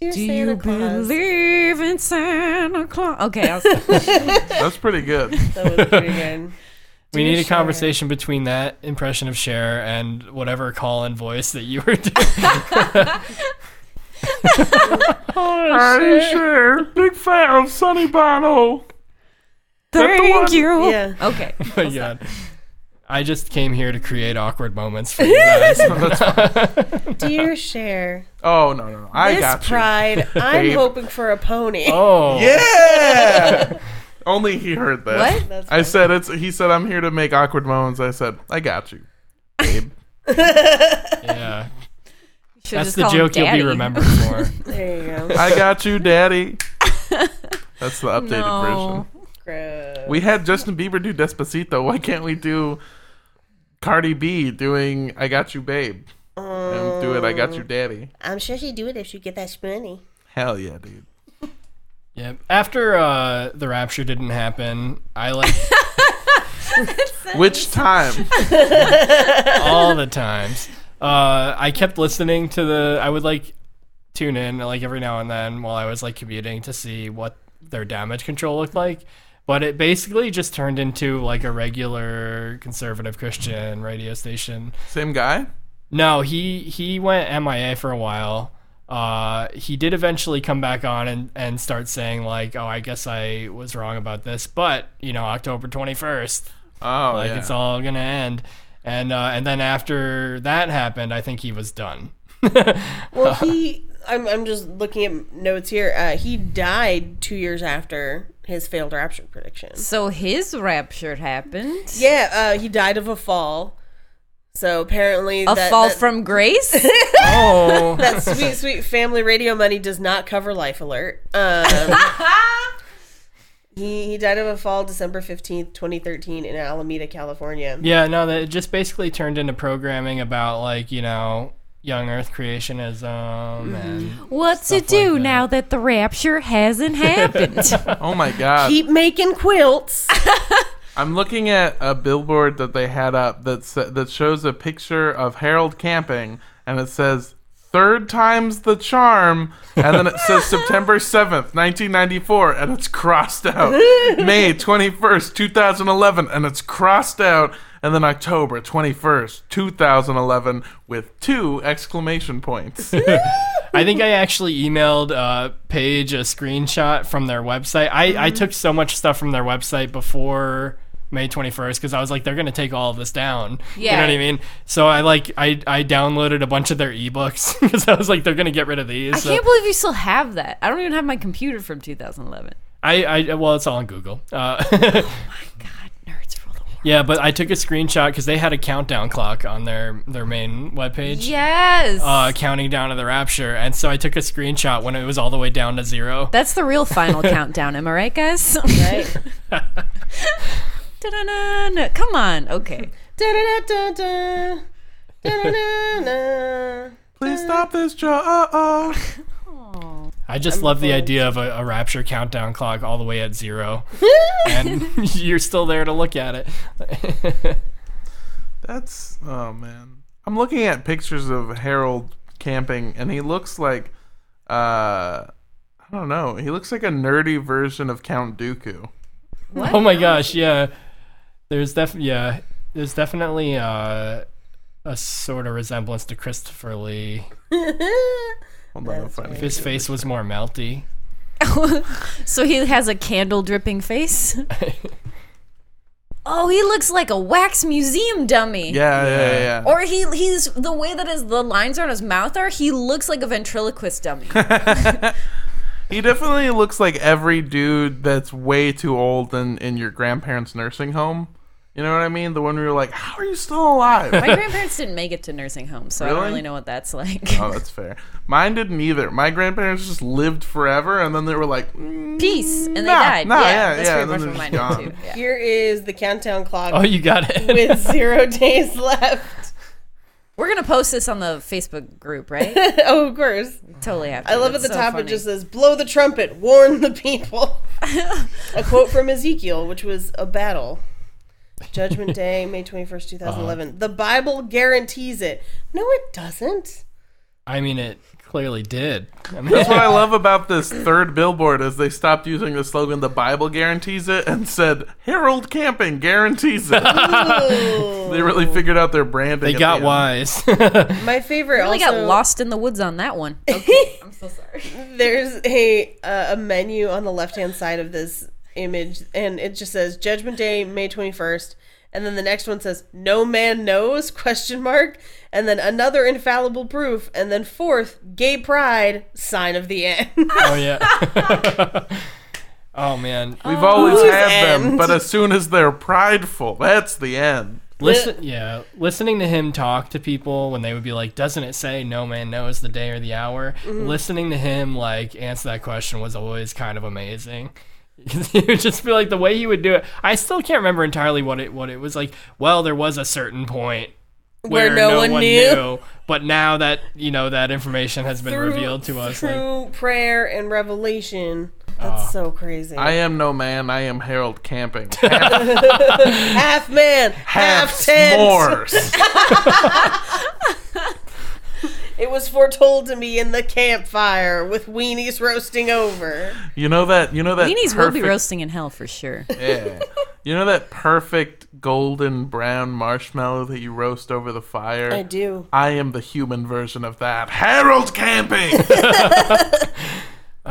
Do Santa you Claus. believe in Santa Claus? Okay, I was, That's pretty good. That was pretty good. We need a Cher. conversation between that impression of Cher and whatever call and voice that you were doing. Oh, Are you sure? Big fan of Sonny Bono. thank one- you. Yeah. Okay. But yeah. I just came here to create awkward moments for you guys. Dear Share, Oh no no no! I this got you. pride, I'm Babe. hoping for a pony. Oh. Yeah. Only he heard that. What? That's I said it's. He said I'm here to make awkward moments. I said I got you, babe. Yeah. Should That's just the call him joke you'll be Daddy. remembered for. there you go. I got you, daddy. That's the updated No. version. Gross. We had Justin Bieber do Despacito. Why can't we do Cardi B doing I Got You Babe? And do it I Got You Daddy. I'm sure she'd do it if she get that money. Hell yeah, dude. Yeah. After uh, the rapture didn't happen, I like Which time? all the times. Uh, I kept listening to the. I would like tune in like every now and then while I was like commuting to see what their damage control looked like. But it basically just turned into like a regular conservative Christian radio station. Same guy? No, he he went MIA for a while. Uh, he did eventually come back on and, and start saying like, oh, I guess I was wrong about this, but you know, October twenty first, Oh, like yeah. it's all gonna end, and uh, and then after that happened, I think he was done. Well, he. I'm, I'm just looking at notes here. Uh, he died two years after his failed rapture prediction. So his rapture happened. Yeah, uh, he died of a fall. So apparently, A that, fall that, from grace? Oh, that sweet, sweet family radio money does not cover life alert. Um, he, he died of a fall December 15th, 2013, in Alameda, California. yeah, no, that it just basically turned into programming about like you know young Earth creationism and What's it do now that the rapture hasn't happened? Oh my god. Keep making quilts. I'm looking at a billboard that they had up that sa- that shows a picture of Harold camping and it says third time's the charm. And then it says September 7th, 1994, and it's crossed out. May 21st, 2011, and it's crossed out. And then October 21st, 2011, with two exclamation points. I think I actually emailed uh, Paige a screenshot from their website. I, I Mm-hmm. took so much stuff from their website before May 21st because I was like, they're going to take all of this down. You Yeah. know what I mean? So I like I, I downloaded a bunch of their ebooks because I was like, they're going to get rid of these. I so- can't believe you still have that. I don't even have my computer from 2011. I, I well, it's all on Google. Uh, God, nerds rule the world. yeah, but I took a screenshot because they had a countdown clock on their their main webpage. Yes. Uh, counting down to the rapture, and so I took a screenshot when it was all the way down to zero. That's the real final countdown, am I right, guys? Right? Da-da-da-da. Come on. Okay. Da-da-da-da-da. Da-da-da-da. Please stop this, Joe. Uh oh. I just love the idea of a, a rapture countdown clock all the way at zero, and you're still there to look at it. That's oh man. I'm looking at pictures of Harold camping, and he looks like uh, I don't know. He looks like a nerdy version of Count Dooku. Oh my gosh, yeah. There's def yeah, there's definitely uh, a sort of resemblance to Christopher Lee. Hold on, I'm finding. His face was more melty. So he has a candle dripping face. oh, he looks like a wax museum dummy. Yeah, yeah, yeah. yeah. Or he he's the way that his the lines on his mouth are, he looks like a ventriloquist dummy. he definitely looks like every dude that's way too old in in your grandparents' nursing home. You know what I mean? The one where you're like, "How are you still alive?" My grandparents didn't make it to nursing homes, so I don't Really? really know what that's like. oh, that's fair. Mine didn't either. My grandparents just lived forever, and then they were like, mm, Peace. And they Nah, died. nah, yeah, yeah, That's yeah, pretty much and then what mine they're did just too. Yeah. Here is the countdown clock Oh, you got it. with zero days left. We're gonna post this on the Facebook group, right? oh, of course. totally have to. I love at It's the so top it funny. just says, blow the trumpet, warn the people. a quote from Ezekiel, which was a battle. Judgment Day, May 21st, 2011. Uh-huh. The Bible guarantees it. No, it doesn't. I mean, it clearly did. I mean, That's what I love about this third billboard is they stopped using the slogan "The Bible guarantees it" and said "Harold Camping guarantees it." they really figured out their branding. they at got the end. wise. My favorite really also, got lost in the woods on that one. There's a uh, a menu on the left hand side of this image, and it just says Judgment Day, May 21st, and then the next one says No man knows question mark, and then another infallible proof, and then fourth Gay Pride sign of the end. oh yeah. oh man. We've always Whose had them, end? but as soon as they're prideful, that's the end. Listen, yeah, listening to him talk to people when they would be like, "Doesn't it say no man knows the day or the hour?" Mm-hmm. Listening to him like answer that question was always kind of amazing. he would just be like the way he would do it. I still can't remember entirely what it what it was like. Well, there was a certain point Where no one knew. but now that you know that information has been revealed to us, like, Ah. through prayer and revelation. That's so crazy. I am no man. I am Harold Camping. Half, half man, half half tent. s'mores. It was foretold to me in the campfire with weenies roasting over. You know that. You know that. Beanies will be perfect- roasting in hell for sure. Yeah. You know that perfect golden brown marshmallow that you roast over the fire. I do. I am the human version of that. Harold Camping.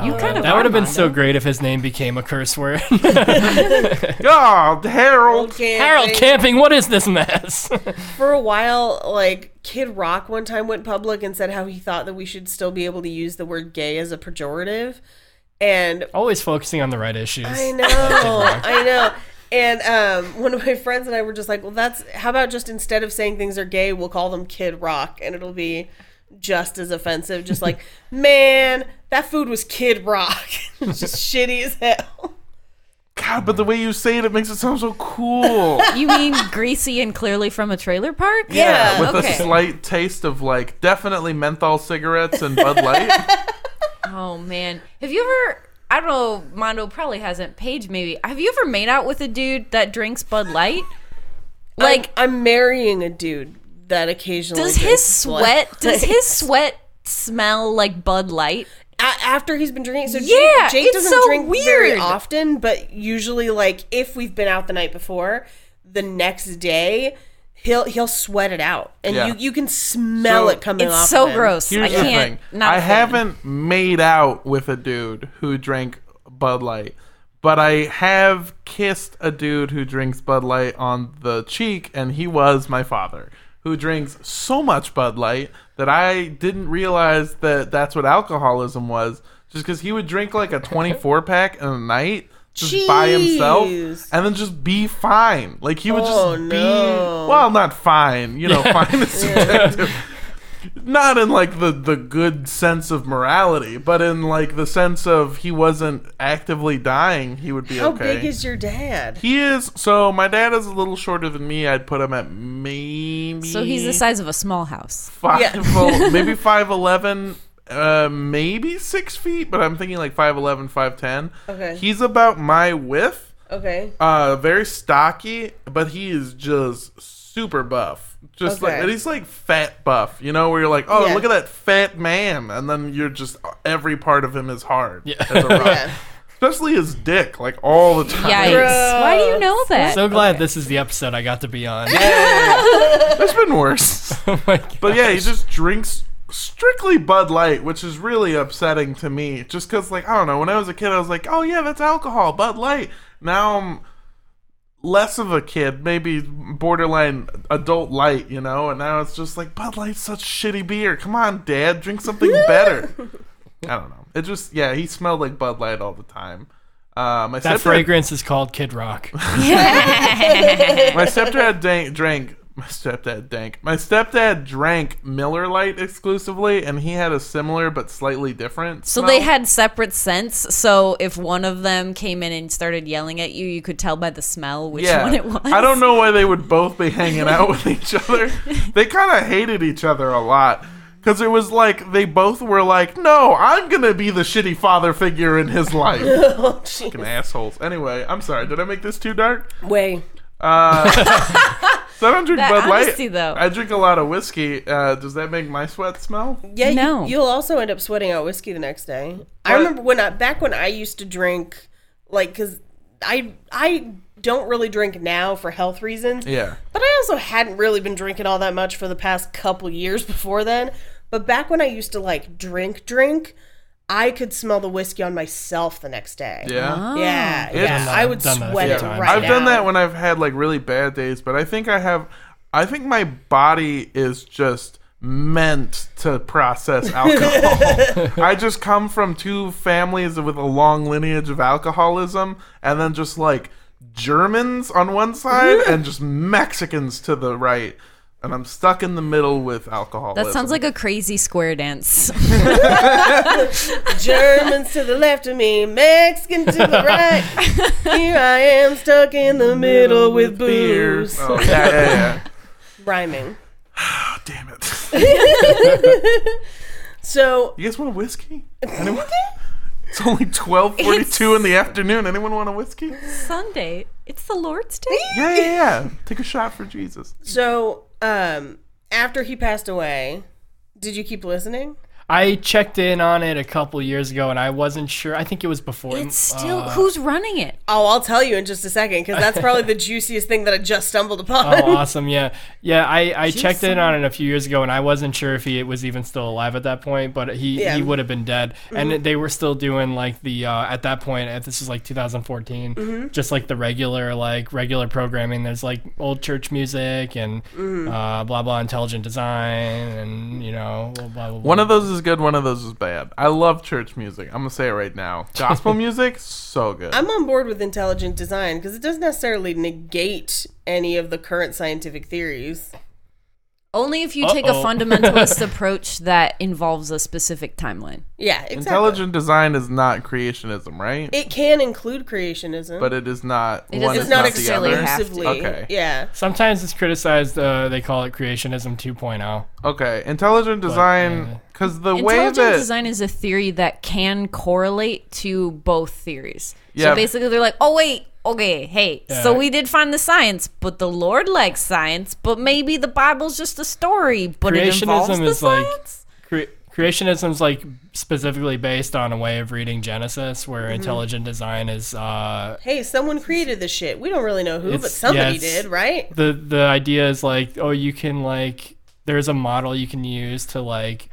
you kind of that would have been are so great if his name became a curse word. God, Harold. Harold Camping. camping, what is this mess? for a while, like Kid Rock one time went public and said how he thought that we should still be able to use the word gay as a pejorative. And always focusing on the right issues. I know, I know. And um, one of my friends and I were just like, well, that's how about just instead of saying things are gay, we'll call them Kid Rock and it'll be just as offensive. Just like, man, that food was Kid Rock. it's just shitty as hell. God, but the way you say it, it makes it sound so cool. You mean greasy and clearly from a trailer park? Yeah. With a okay. slight taste of like definitely menthol cigarettes and Bud Light. Oh man, have you ever? I don't know. Mondo probably hasn't. Paige maybe. Have you ever made out with a dude that drinks Bud Light? Like, I'm marrying a dude that occasionally does his drinks blood. sweat? Does his sweat smell like Bud Light. a- after he's been drinking. So Jake, Yeah, Jake it's doesn't so drink very weird. often, but usually, like if we've been out the night before, the next day he'll he'll sweat it out, and Yeah. you you can smell So- it coming It's off. so of him. gross. Here's I the can't. thing. Not I a fan. haven't made out with a dude who drank Bud Light, but I have kissed a dude who drinks Bud Light on the cheek, and he was my father, who drinks so much Bud Light that I didn't realize that that's what alcoholism was, just because he would drink like a 24 pack in a night. Just by himself, Jeez. and then just be fine. Like he would Oh, just be no. well, not fine. You know, fine is subjective not in like the the good sense of morality, but in like the sense of he wasn't actively dying, he would be How okay. big is your dad? he is so my dad is a little shorter than me. I'd put him at maybe So he's the size of a small house. five Yeah. oh, maybe five eleven, uh, maybe six feet, but I'm thinking like 5'11", 5'10". Okay. he's about my width. Okay, Uh, very stocky, but he is just super buff. Just Okay. like and he's like fat buff, you know, where you're like, oh, Yeah. look at that fat man, and then you're just every part of him is hard. Yeah. yeah. Especially his dick, like all the time. Yikes! Why do you know that? So glad this is the episode I got to be on. There's been worse. Oh my God. But yeah, he just drinks strictly Bud Light, which is really upsetting to me. Just because, like, I don't know, when I was a kid, I was like, oh, yeah, that's alcohol, Bud Light. Now I'm less of a kid, maybe borderline adult light, you know? And now it's just like, Bud Light's such shitty beer. Come on, Dad, drink something better. I don't know. It just, yeah, he smelled like Bud Light all the time. Uh, my that stepdad- fragrance is called Kid Rock. my stepdad dank, drank. My stepdad drank. My stepdad drank Miller Lite exclusively, and he had a similar but slightly different. So they had separate scents. So if one of them came in and started yelling at you, you could tell by the smell which one it was. I don't know why they would both be hanging out with each other. They kind of hated each other a lot. Because it was like they both were like, no, I'm going to be the shitty father figure in his life. Oh, Fucking assholes. Anyway, I'm sorry. Did I make this too dark? Way. So I don't drink That Bud Light. honesty, though. I drink a lot of whiskey. Uh, does that make my sweat smell? Mm. Yeah, you- No. you'll also end up sweating out whiskey the next day. I remember when I back when I used to drink, like, because I I don't really drink now for health reasons. Yeah. But I also hadn't really been drinking all that much for the past couple years before then. But back when I used to like drink, drink, I could smell the whiskey on myself the next day. Yeah. yeah, yeah. It's- I would Oh. Done that a sweat few it times. right I've done out. that when I've had like really bad days, but I think I have. I think my body is just meant to process alcohol. I just come from two families with a long lineage of alcoholism, and then just like Germans on one side and just Mexicans to the right. And I'm stuck in the middle with alcoholism. That sounds like a crazy square dance. Germans to the left of me, Mexican to the right. Here I am stuck in the middle with booze. Oh, yeah, yeah, yeah. Rhyming. Oh, damn it. So You guys want a whiskey? Anyone? It's only twelve forty-two in the afternoon. Anyone want a whiskey? Sunday. It's the Lord's Day. Yeah, yeah, yeah. Take a shot for Jesus. so um after he passed away, did you keep listening? I checked in on it a couple years ago, and I wasn't sure. I think it was before. It's still who's running it? Oh, I'll tell you in just a second because that's probably the juiciest thing that I just stumbled upon. Oh, awesome! Yeah, yeah. I, I checked in on it a few years ago, and I wasn't sure if he was even still alive at that point. But he, Yeah. he would have been dead. And they were still doing like the uh, at that point. uh, This is like 2014. Just like the regular like regular programming. There's like old church music and uh, blah blah intelligent design and you know blah blah. blah One of those is good. One of those is bad. I love church music. I'm gonna say it right now. Gospel music, so good. I'm on board with intelligent design because it doesn't necessarily negate any of the current scientific theories. Only if you take a Uh-oh. fundamentalist approach that involves a specific timeline. Yeah, exactly. Intelligent design is not creationism, right? It can include creationism, but it is not. It one doesn't is it's not not necessarily the other. have to. exclusively. Okay. Yeah. Sometimes it's criticized. Uh, they call it creationism oh. 2.0. Okay, intelligent design, because the way Intelligent that design is a theory that can correlate to both theories. Yeah. So basically, they're like, oh, wait, okay, hey, so we did find the science, but the Lord likes science, but maybe the Bible's just a story, but it involves Creationism the is like science. cre- creationism's like specifically based on a way of reading Genesis, where Mm-hmm. intelligent design is uh, Hey, someone created this shit. We don't really know who, but It's- somebody yeah, it's- did, right? the the idea is like oh you can like there's a model you can use to like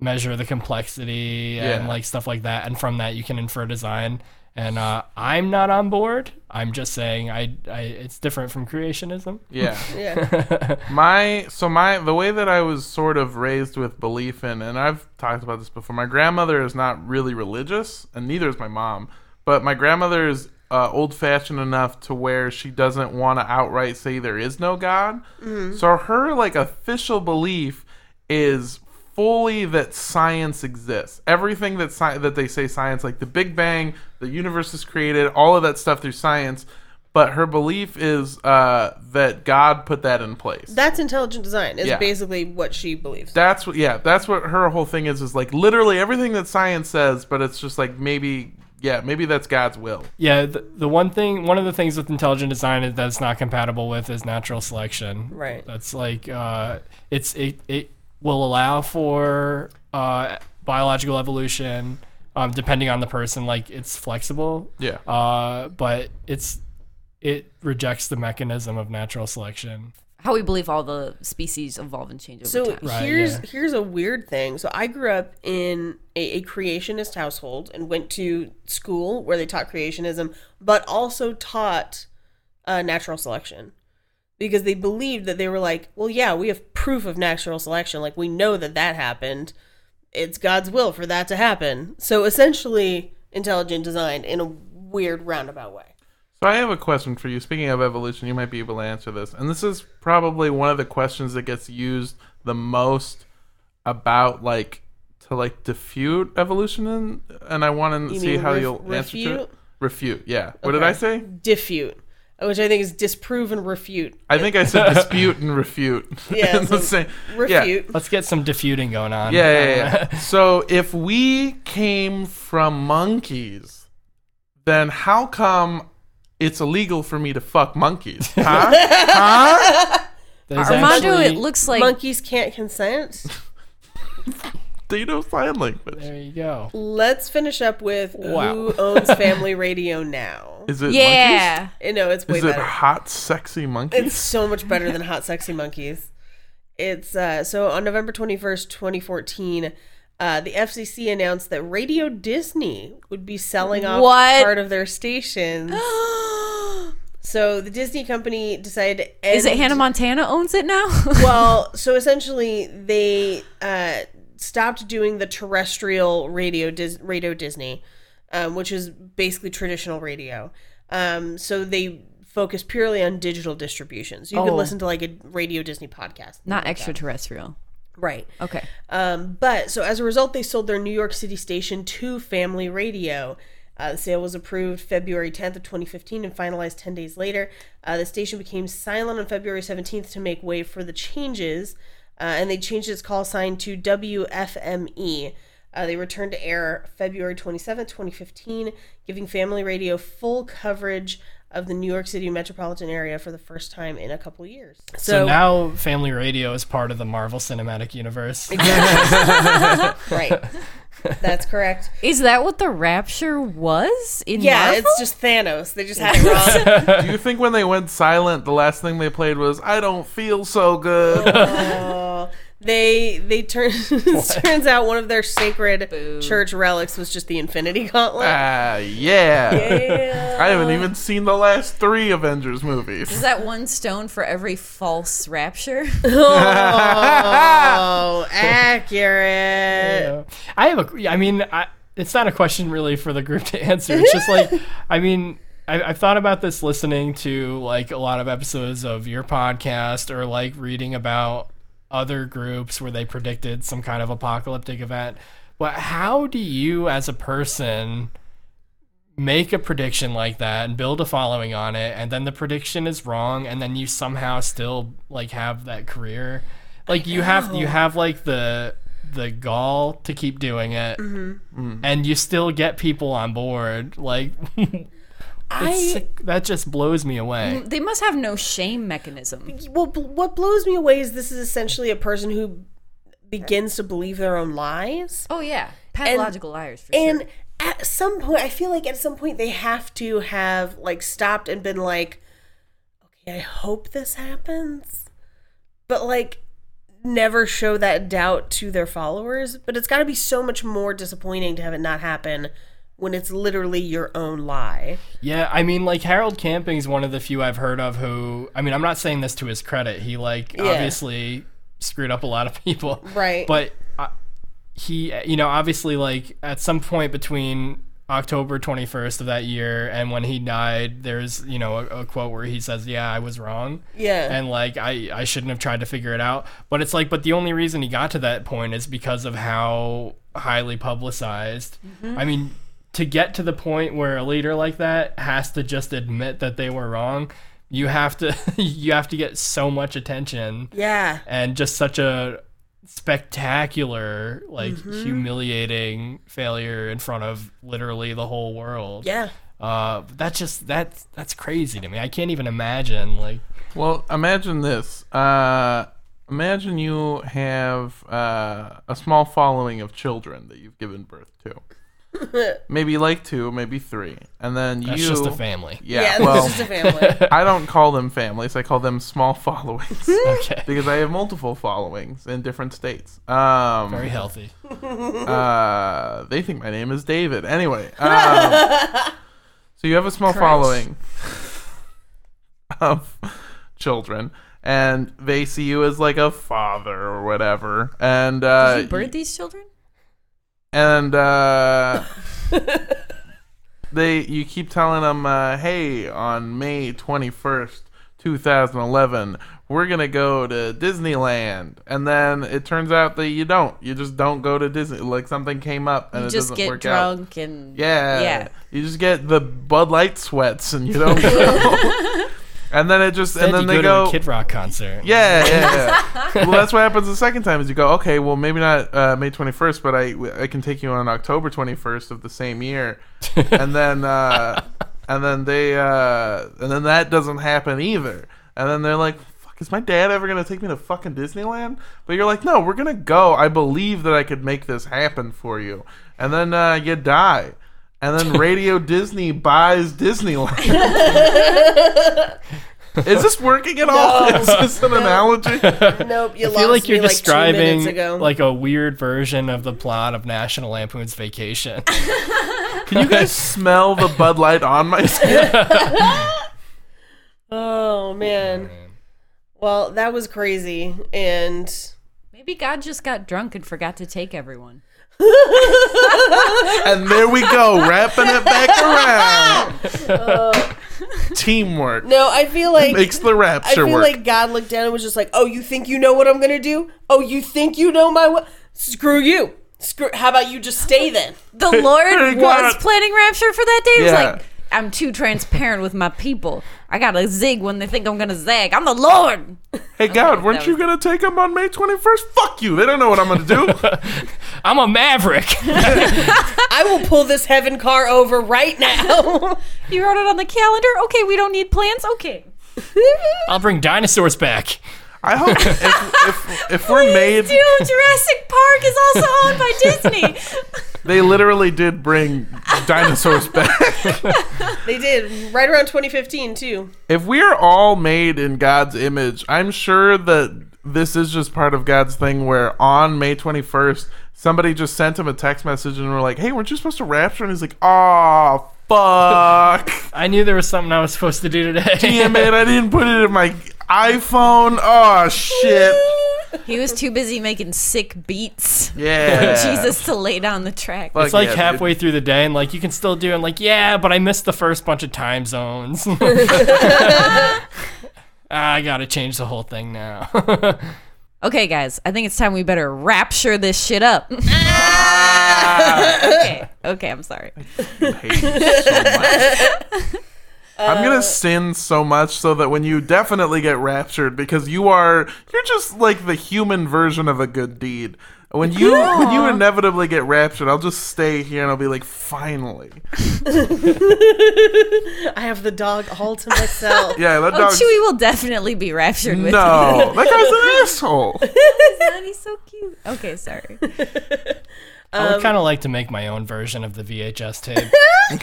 measure the complexity Yeah. and like stuff like that and from that you can infer design and uh, i'm not on board i'm just saying i, I it's different from creationism Yeah. Yeah. my so my the way that I was sort of raised with belief in, and I've talked about this before. My grandmother is not really religious, and neither is my mom. But my grandmother is uh, old fashioned enough to where she doesn't want to outright say there is no God. So her like official belief is fully that science exists. Everything that sci- that they say science, like the Big Bang, the universe is created, all of that stuff through science. But her belief is uh, that God put that in place. That's intelligent design, is Yeah. basically what she believes. that's what, yeah, that's what her whole thing is. Is like literally everything that science says, but it's just like maybe, yeah, maybe that's God's will. yeah the, the one thing one of the things with intelligent design is that's not compatible with is natural selection Right. that's like uh, it's it, it will allow for uh, biological evolution um, depending on the person like it's flexible Yeah. uh, but it's it rejects the mechanism of natural selection. How we believe all the species evolve and change over So time. Right, here's yeah. here's a weird thing. So I grew up in a, a creationist household and went to school where they taught creationism, but also taught uh, natural selection because they believed that they were like, well, yeah, we have proof of natural selection. Like we know that that happened. It's God's will for that to happen. So essentially, intelligent design in a weird roundabout way. So I have a question for you. Speaking of evolution, you might be able to answer this, and this is probably one of the questions that gets used the most about like to like defute evolution, and, and I want to You see mean how ref- you'll answer to refute? it. Refute, yeah. What did I say? Diffute, which I think is disprove and refute. I think I said dispute and refute. Yeah, It's so the same- yeah. Refute. Let's get some diffuting going on. Yeah, yeah, yeah. so if we came from monkeys, then how come it's illegal for me to fuck monkeys? Huh? huh? There's Armando, it actually- looks like Monkeys can't consent. They know sign language. There you go. Let's finish up with Wow. who owns Family Radio now. Is it yeah. You know, it's way monkeys? Is it better. hot, sexy monkeys? It's so much better than Hot Sexy Monkeys. It's uh, so on November 21st, 2014, uh, the FCC announced that Radio Disney would be selling off What? part of their stations. so the Disney company decided to end Is it Hannah Montana owns it now? well, so essentially, they uh, stopped doing the terrestrial radio Dis- radio Disney, um, which is basically traditional radio. Um, so they focus purely on digital distribution. So you can Oh. listen to like a radio Disney podcast, not extraterrestrial. right? Okay. Um, but so as a result, they sold their New York City station to Family Radio. Uh, the sale was approved February 10th of 2015 and finalized 10 days later. Uh, the station became silent on February 17th to make way for the changes, uh, and they changed its call sign to WFME. Uh, they returned to air February 27th, 2015, giving Family Radio full coverage of the New York City metropolitan area for the first time in a couple years. So, now Family Radio is part of the Marvel Cinematic Universe. right. That's correct. Is that what the rapture was in Yeah, Marvel? it's just Thanos. They just had it wrong. Do you think when they went silent, the last thing they played was "I don't feel so good"? they they turn turns out one of their sacred church relics was just the Infinity Gauntlet. Ah, yeah. I haven't even seen the last three Avengers movies. Is that one stone for every false rapture? Oh, accurate. Yeah. I have a. I mean, I, it's not a question really for the group to answer. It's just like, I mean, I, I've thought about this listening to like a lot of episodes of your podcast or like reading about other groups where they predicted some kind of apocalyptic event. But how do you, as a person, make a prediction like that and build a following on it, and then the prediction is wrong, and then you somehow still like have that career? Like you have you have like the the gall to keep doing it, Mm-hmm. and you still get people on board. Like I Mm. sick- that just blows me away. they must have no shame mechanism. well, bl- what blows me away is this is essentially a person who begins to believe their own lies. Oh yeah, pathological liars for And sure. at some point, I feel like at some point they have to have like stopped and been like, okay, I hope this happens. But like, never show that doubt to their followers. But it's got to be so much more disappointing to have it not happen when it's literally your own lie. Yeah, I mean, like Harold Camping's one of the few I've heard of who. I mean, I'm not saying this to his credit. He like obviously screwed up a lot of people, Right. But uh, he, you know, obviously like at some point between October 21st of that year and when he died, there's you know a, a quote where he says, "Yeah, I was wrong." Yeah. and like I, I shouldn't have tried to figure it out but it's like but the only reason he got to that point is because of how highly publicized Mm-hmm. i mean to get to the point where a leader like that has to just admit that they were wrong you have to you have to get so much attention yeah. and just such a spectacular like Mm-hmm. humiliating failure in front of literally the whole world Yeah. uh that's just that's that's crazy to me i can't even imagine like Well, imagine this. Uh, imagine you have uh, a small following of children that you've given birth to. maybe like two, maybe three, and then That's you. just a family. Yeah. Yeah, well, this is a family. I don't call them families. I call them small followings Okay. because I have multiple followings in different states. Um, Very healthy. uh, they think my name is David. Anyway, um, so you have a small following of children, and they see you as like a father or whatever, and uh, Did you birth these children? and uh, they you keep telling them, uh, "Hey, on May twenty first, two thousand eleven, we're gonna go to Disneyland," and then it turns out that you don't. You just don't go to Disney. Like something came up, and You it just doesn't get work out. drunk and Yeah, yeah. You just get the Bud Light sweats, and you don't go. and then it just and then you they go, go. to a Kid Rock concert. Yeah, yeah, yeah. well, that's what happens the second time is you go, okay, well, maybe not uh, May 21st, but I I can take you on October 21st of the same year, and then uh, and then they uh, and then that doesn't happen either, and then they're like. "Fuck, Is my dad ever gonna take me to fucking Disneyland? But you're like, no, we're gonna go. I believe that I could make this happen for you. And then uh, you die. And then Radio Disney buys Disneyland. Is this working at all? Is this an analogy? nope. You I feel lost like you're me like two describing minutes ago. like a weird version of the plot of National Lampoon's Vacation. Can you You guys guys? smell the Bud Light on my skin? oh man. Well, that was crazy, and Maybe God just got drunk and forgot to take everyone. And there we go, wrapping it back around. Teamwork no, I feel like makes the Oh. I rapture feel work. like God looked down and was just like, "Oh, you think you know what I'm gonna do? Oh, you think you know my what? Screw you. Screw. How about you just stay then? The Hey, Lord God. was planning rapture for that day. He was Yeah. like, I'm too transparent with my people. I gotta zig when they think I'm gonna zag. I'm the Lord. hey, God, weren't that you was- going to take them on May 21st? Fuck you. They don't know what I'm going to do. I'm a maverick. I will pull this heaven car over right now." You wrote it on the calendar. Okay, we don't need plans. Okay. I'll bring dinosaurs back. I hope if, if, if we're made, Dude, Jurassic Park is also owned by Disney. they literally did bring dinosaurs back. they did right around 2015 too. if we are all made in God's image, I'm sure that this is just part of God's thing where on May 21st, somebody just sent him a text message and were like, hey, weren't you supposed to rapture? And he's like, oh, fuck. I knew there was something I was supposed to do today. Damn it, I didn't put it in my iPhone. Oh, shit. He was too busy making sick beats. Yeah. Jesus to lay down the track. Fuck It's like yeah, dude. halfway through the day, and like you can still do. And like, yeah, but I missed the first bunch of time zones. Ah, I gotta change the whole thing now. Okay, guys, I think it's time we better rapture this shit up. okay, okay, I'm sorry. hate you so much. I'm Uh, gonna sin so much so that when you definitely get raptured, because you are you're just like the human version of a good deed. When you when you inevitably get raptured, I'll just stay here and I'll be like, finally. I have the dog all to myself. Yeah, that Oh, dog's Chewie will definitely be raptured with no, that guy's an asshole. him. He's so cute. Okay, sorry. I Um, would kind of like to make my own version of the VHS tape.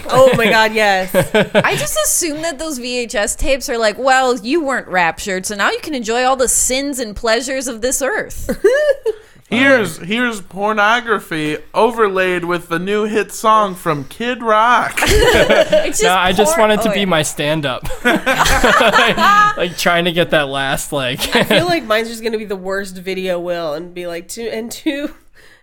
Oh my god, yes. I just assume that those VHS tapes are like, well, you weren't raptured, so now you can enjoy all the sins and pleasures of this earth. Here's here's pornography overlaid with the new hit song from Kid Rock. It's just no, I just porn- wanted to oh, be yeah. my stand up. like, like trying to get that last like I feel like mine's just gonna be the worst video will and be like to and to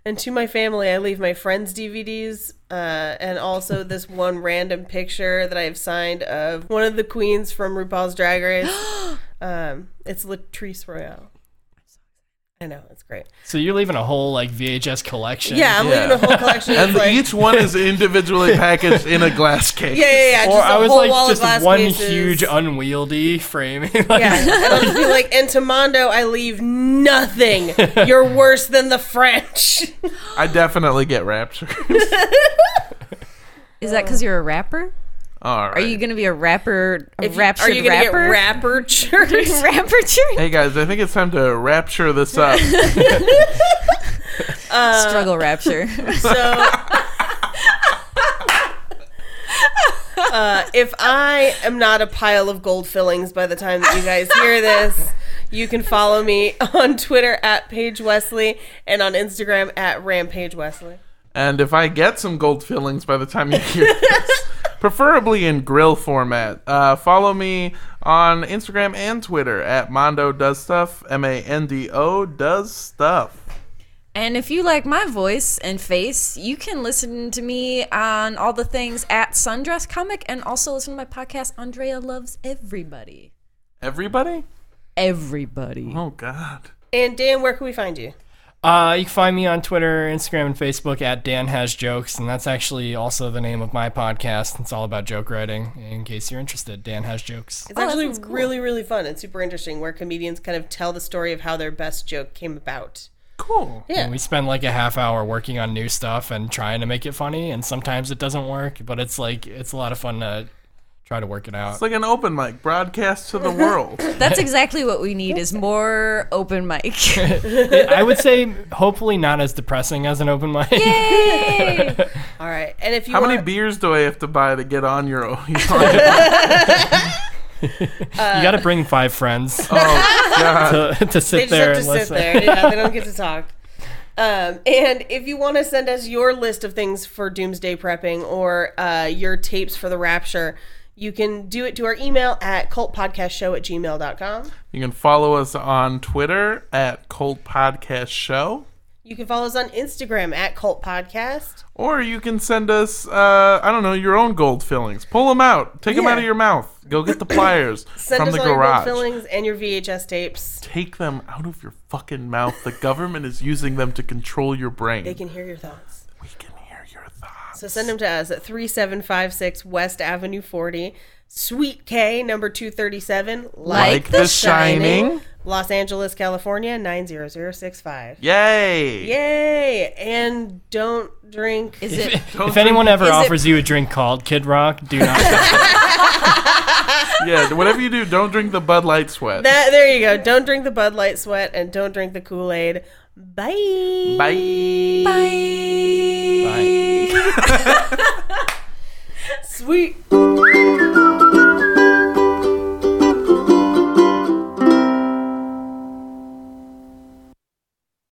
and to my family I leave my friends DVDs uh, and also this one random picture that I have signed of one of the queens from RuPaul's Drag Race. um, it's Latrice Royale. I know it's great. So you're leaving a whole like VHS collection. Yeah, I'm leaving a whole collection. of and like, each one is individually packaged in a glass case. yeah, yeah, yeah. Or just a I was whole like wall of just glass one cases. huge unwieldy frame. like, Yeah, and I'll just be like, and to Mondo, I leave nothing. You're worse than the French. I definitely get raptured. Is that because you're a rapper? All right. Are you going to be a rapper, a If you- raptured are you gonna rapper? get rapper church? rapper cheering? hey guys, I think it's time to rapture this up. Uh, Struggle rapture. so, uh, uh, if I am not a pile of gold fillings by the time that you guys hear this, you can follow me on Twitter at Paige Wesley and on Instagram at Rampage Wesley. and if I get some gold fillings by the time you hear this, preferably in grill format, uh, follow me on Instagram and Twitter at Mondo Does Stuff, M A N D O Does Stuff. and if you like my voice and face, you can listen to me on all the things at Sundress Comic and also listen to my podcast, Andrea Loves Everybody. Everybody? Everybody. Oh, God. And Dan, where can we find you? Uh, you can find me on Twitter, Instagram, and Facebook at Dan Has Jokes, and that's actually also the name of my podcast. It's all about joke writing. In case you're interested, Dan Has Jokes. It's actually really, really fun and super interesting where comedians kind of tell the story of how their best joke came about. Cool. Yeah. And we spend like a half hour working on new stuff and trying to make it funny, and sometimes it doesn't work, but it's like it's a lot of fun to try to work it out. It's like an open mic broadcast to the world. That's exactly what we need is more open mic. I would say hopefully not as depressing as an open mic. Yay! All right. And if you How want, many beers do I have to buy to get on your own? oh, You got to bring five friends God. to, to they sit just have there to and sit listen. there. Yeah, they don't get to talk. Um, and if you want to send us your list of things for doomsday prepping or uh, your tapes for the rapture, you can do it to our email at cultpodcastshow at gmail.com. You can follow us on Twitter at Cult Podcast Show. You can follow us on Instagram at Cult Podcast. Or you can send us, uh, I don't know, your own gold fillings. Pull them out. Take them Yeah. out of your mouth. Go get the pliers Send from us the all your gold garage. fillings and your VHS tapes. Take them out of your fucking mouth. The government is using them to control your brain. They can hear your thoughts. we can hear your thoughts. So send them to us at 3756 West Avenue 40, Suite K, number 237, Like The Shining. Los Angeles, California, 90065. Yay! Yay! And don't drink. Is it If anyone ever Is it- offers you a drink called Kid Rock, do not. Yeah, whatever you do, don't drink the Bud Light sweat. that, there you go. Don't drink the Bud Light sweat and don't drink the Kool Aid. Bye. Bye. Bye. Sweet. Don't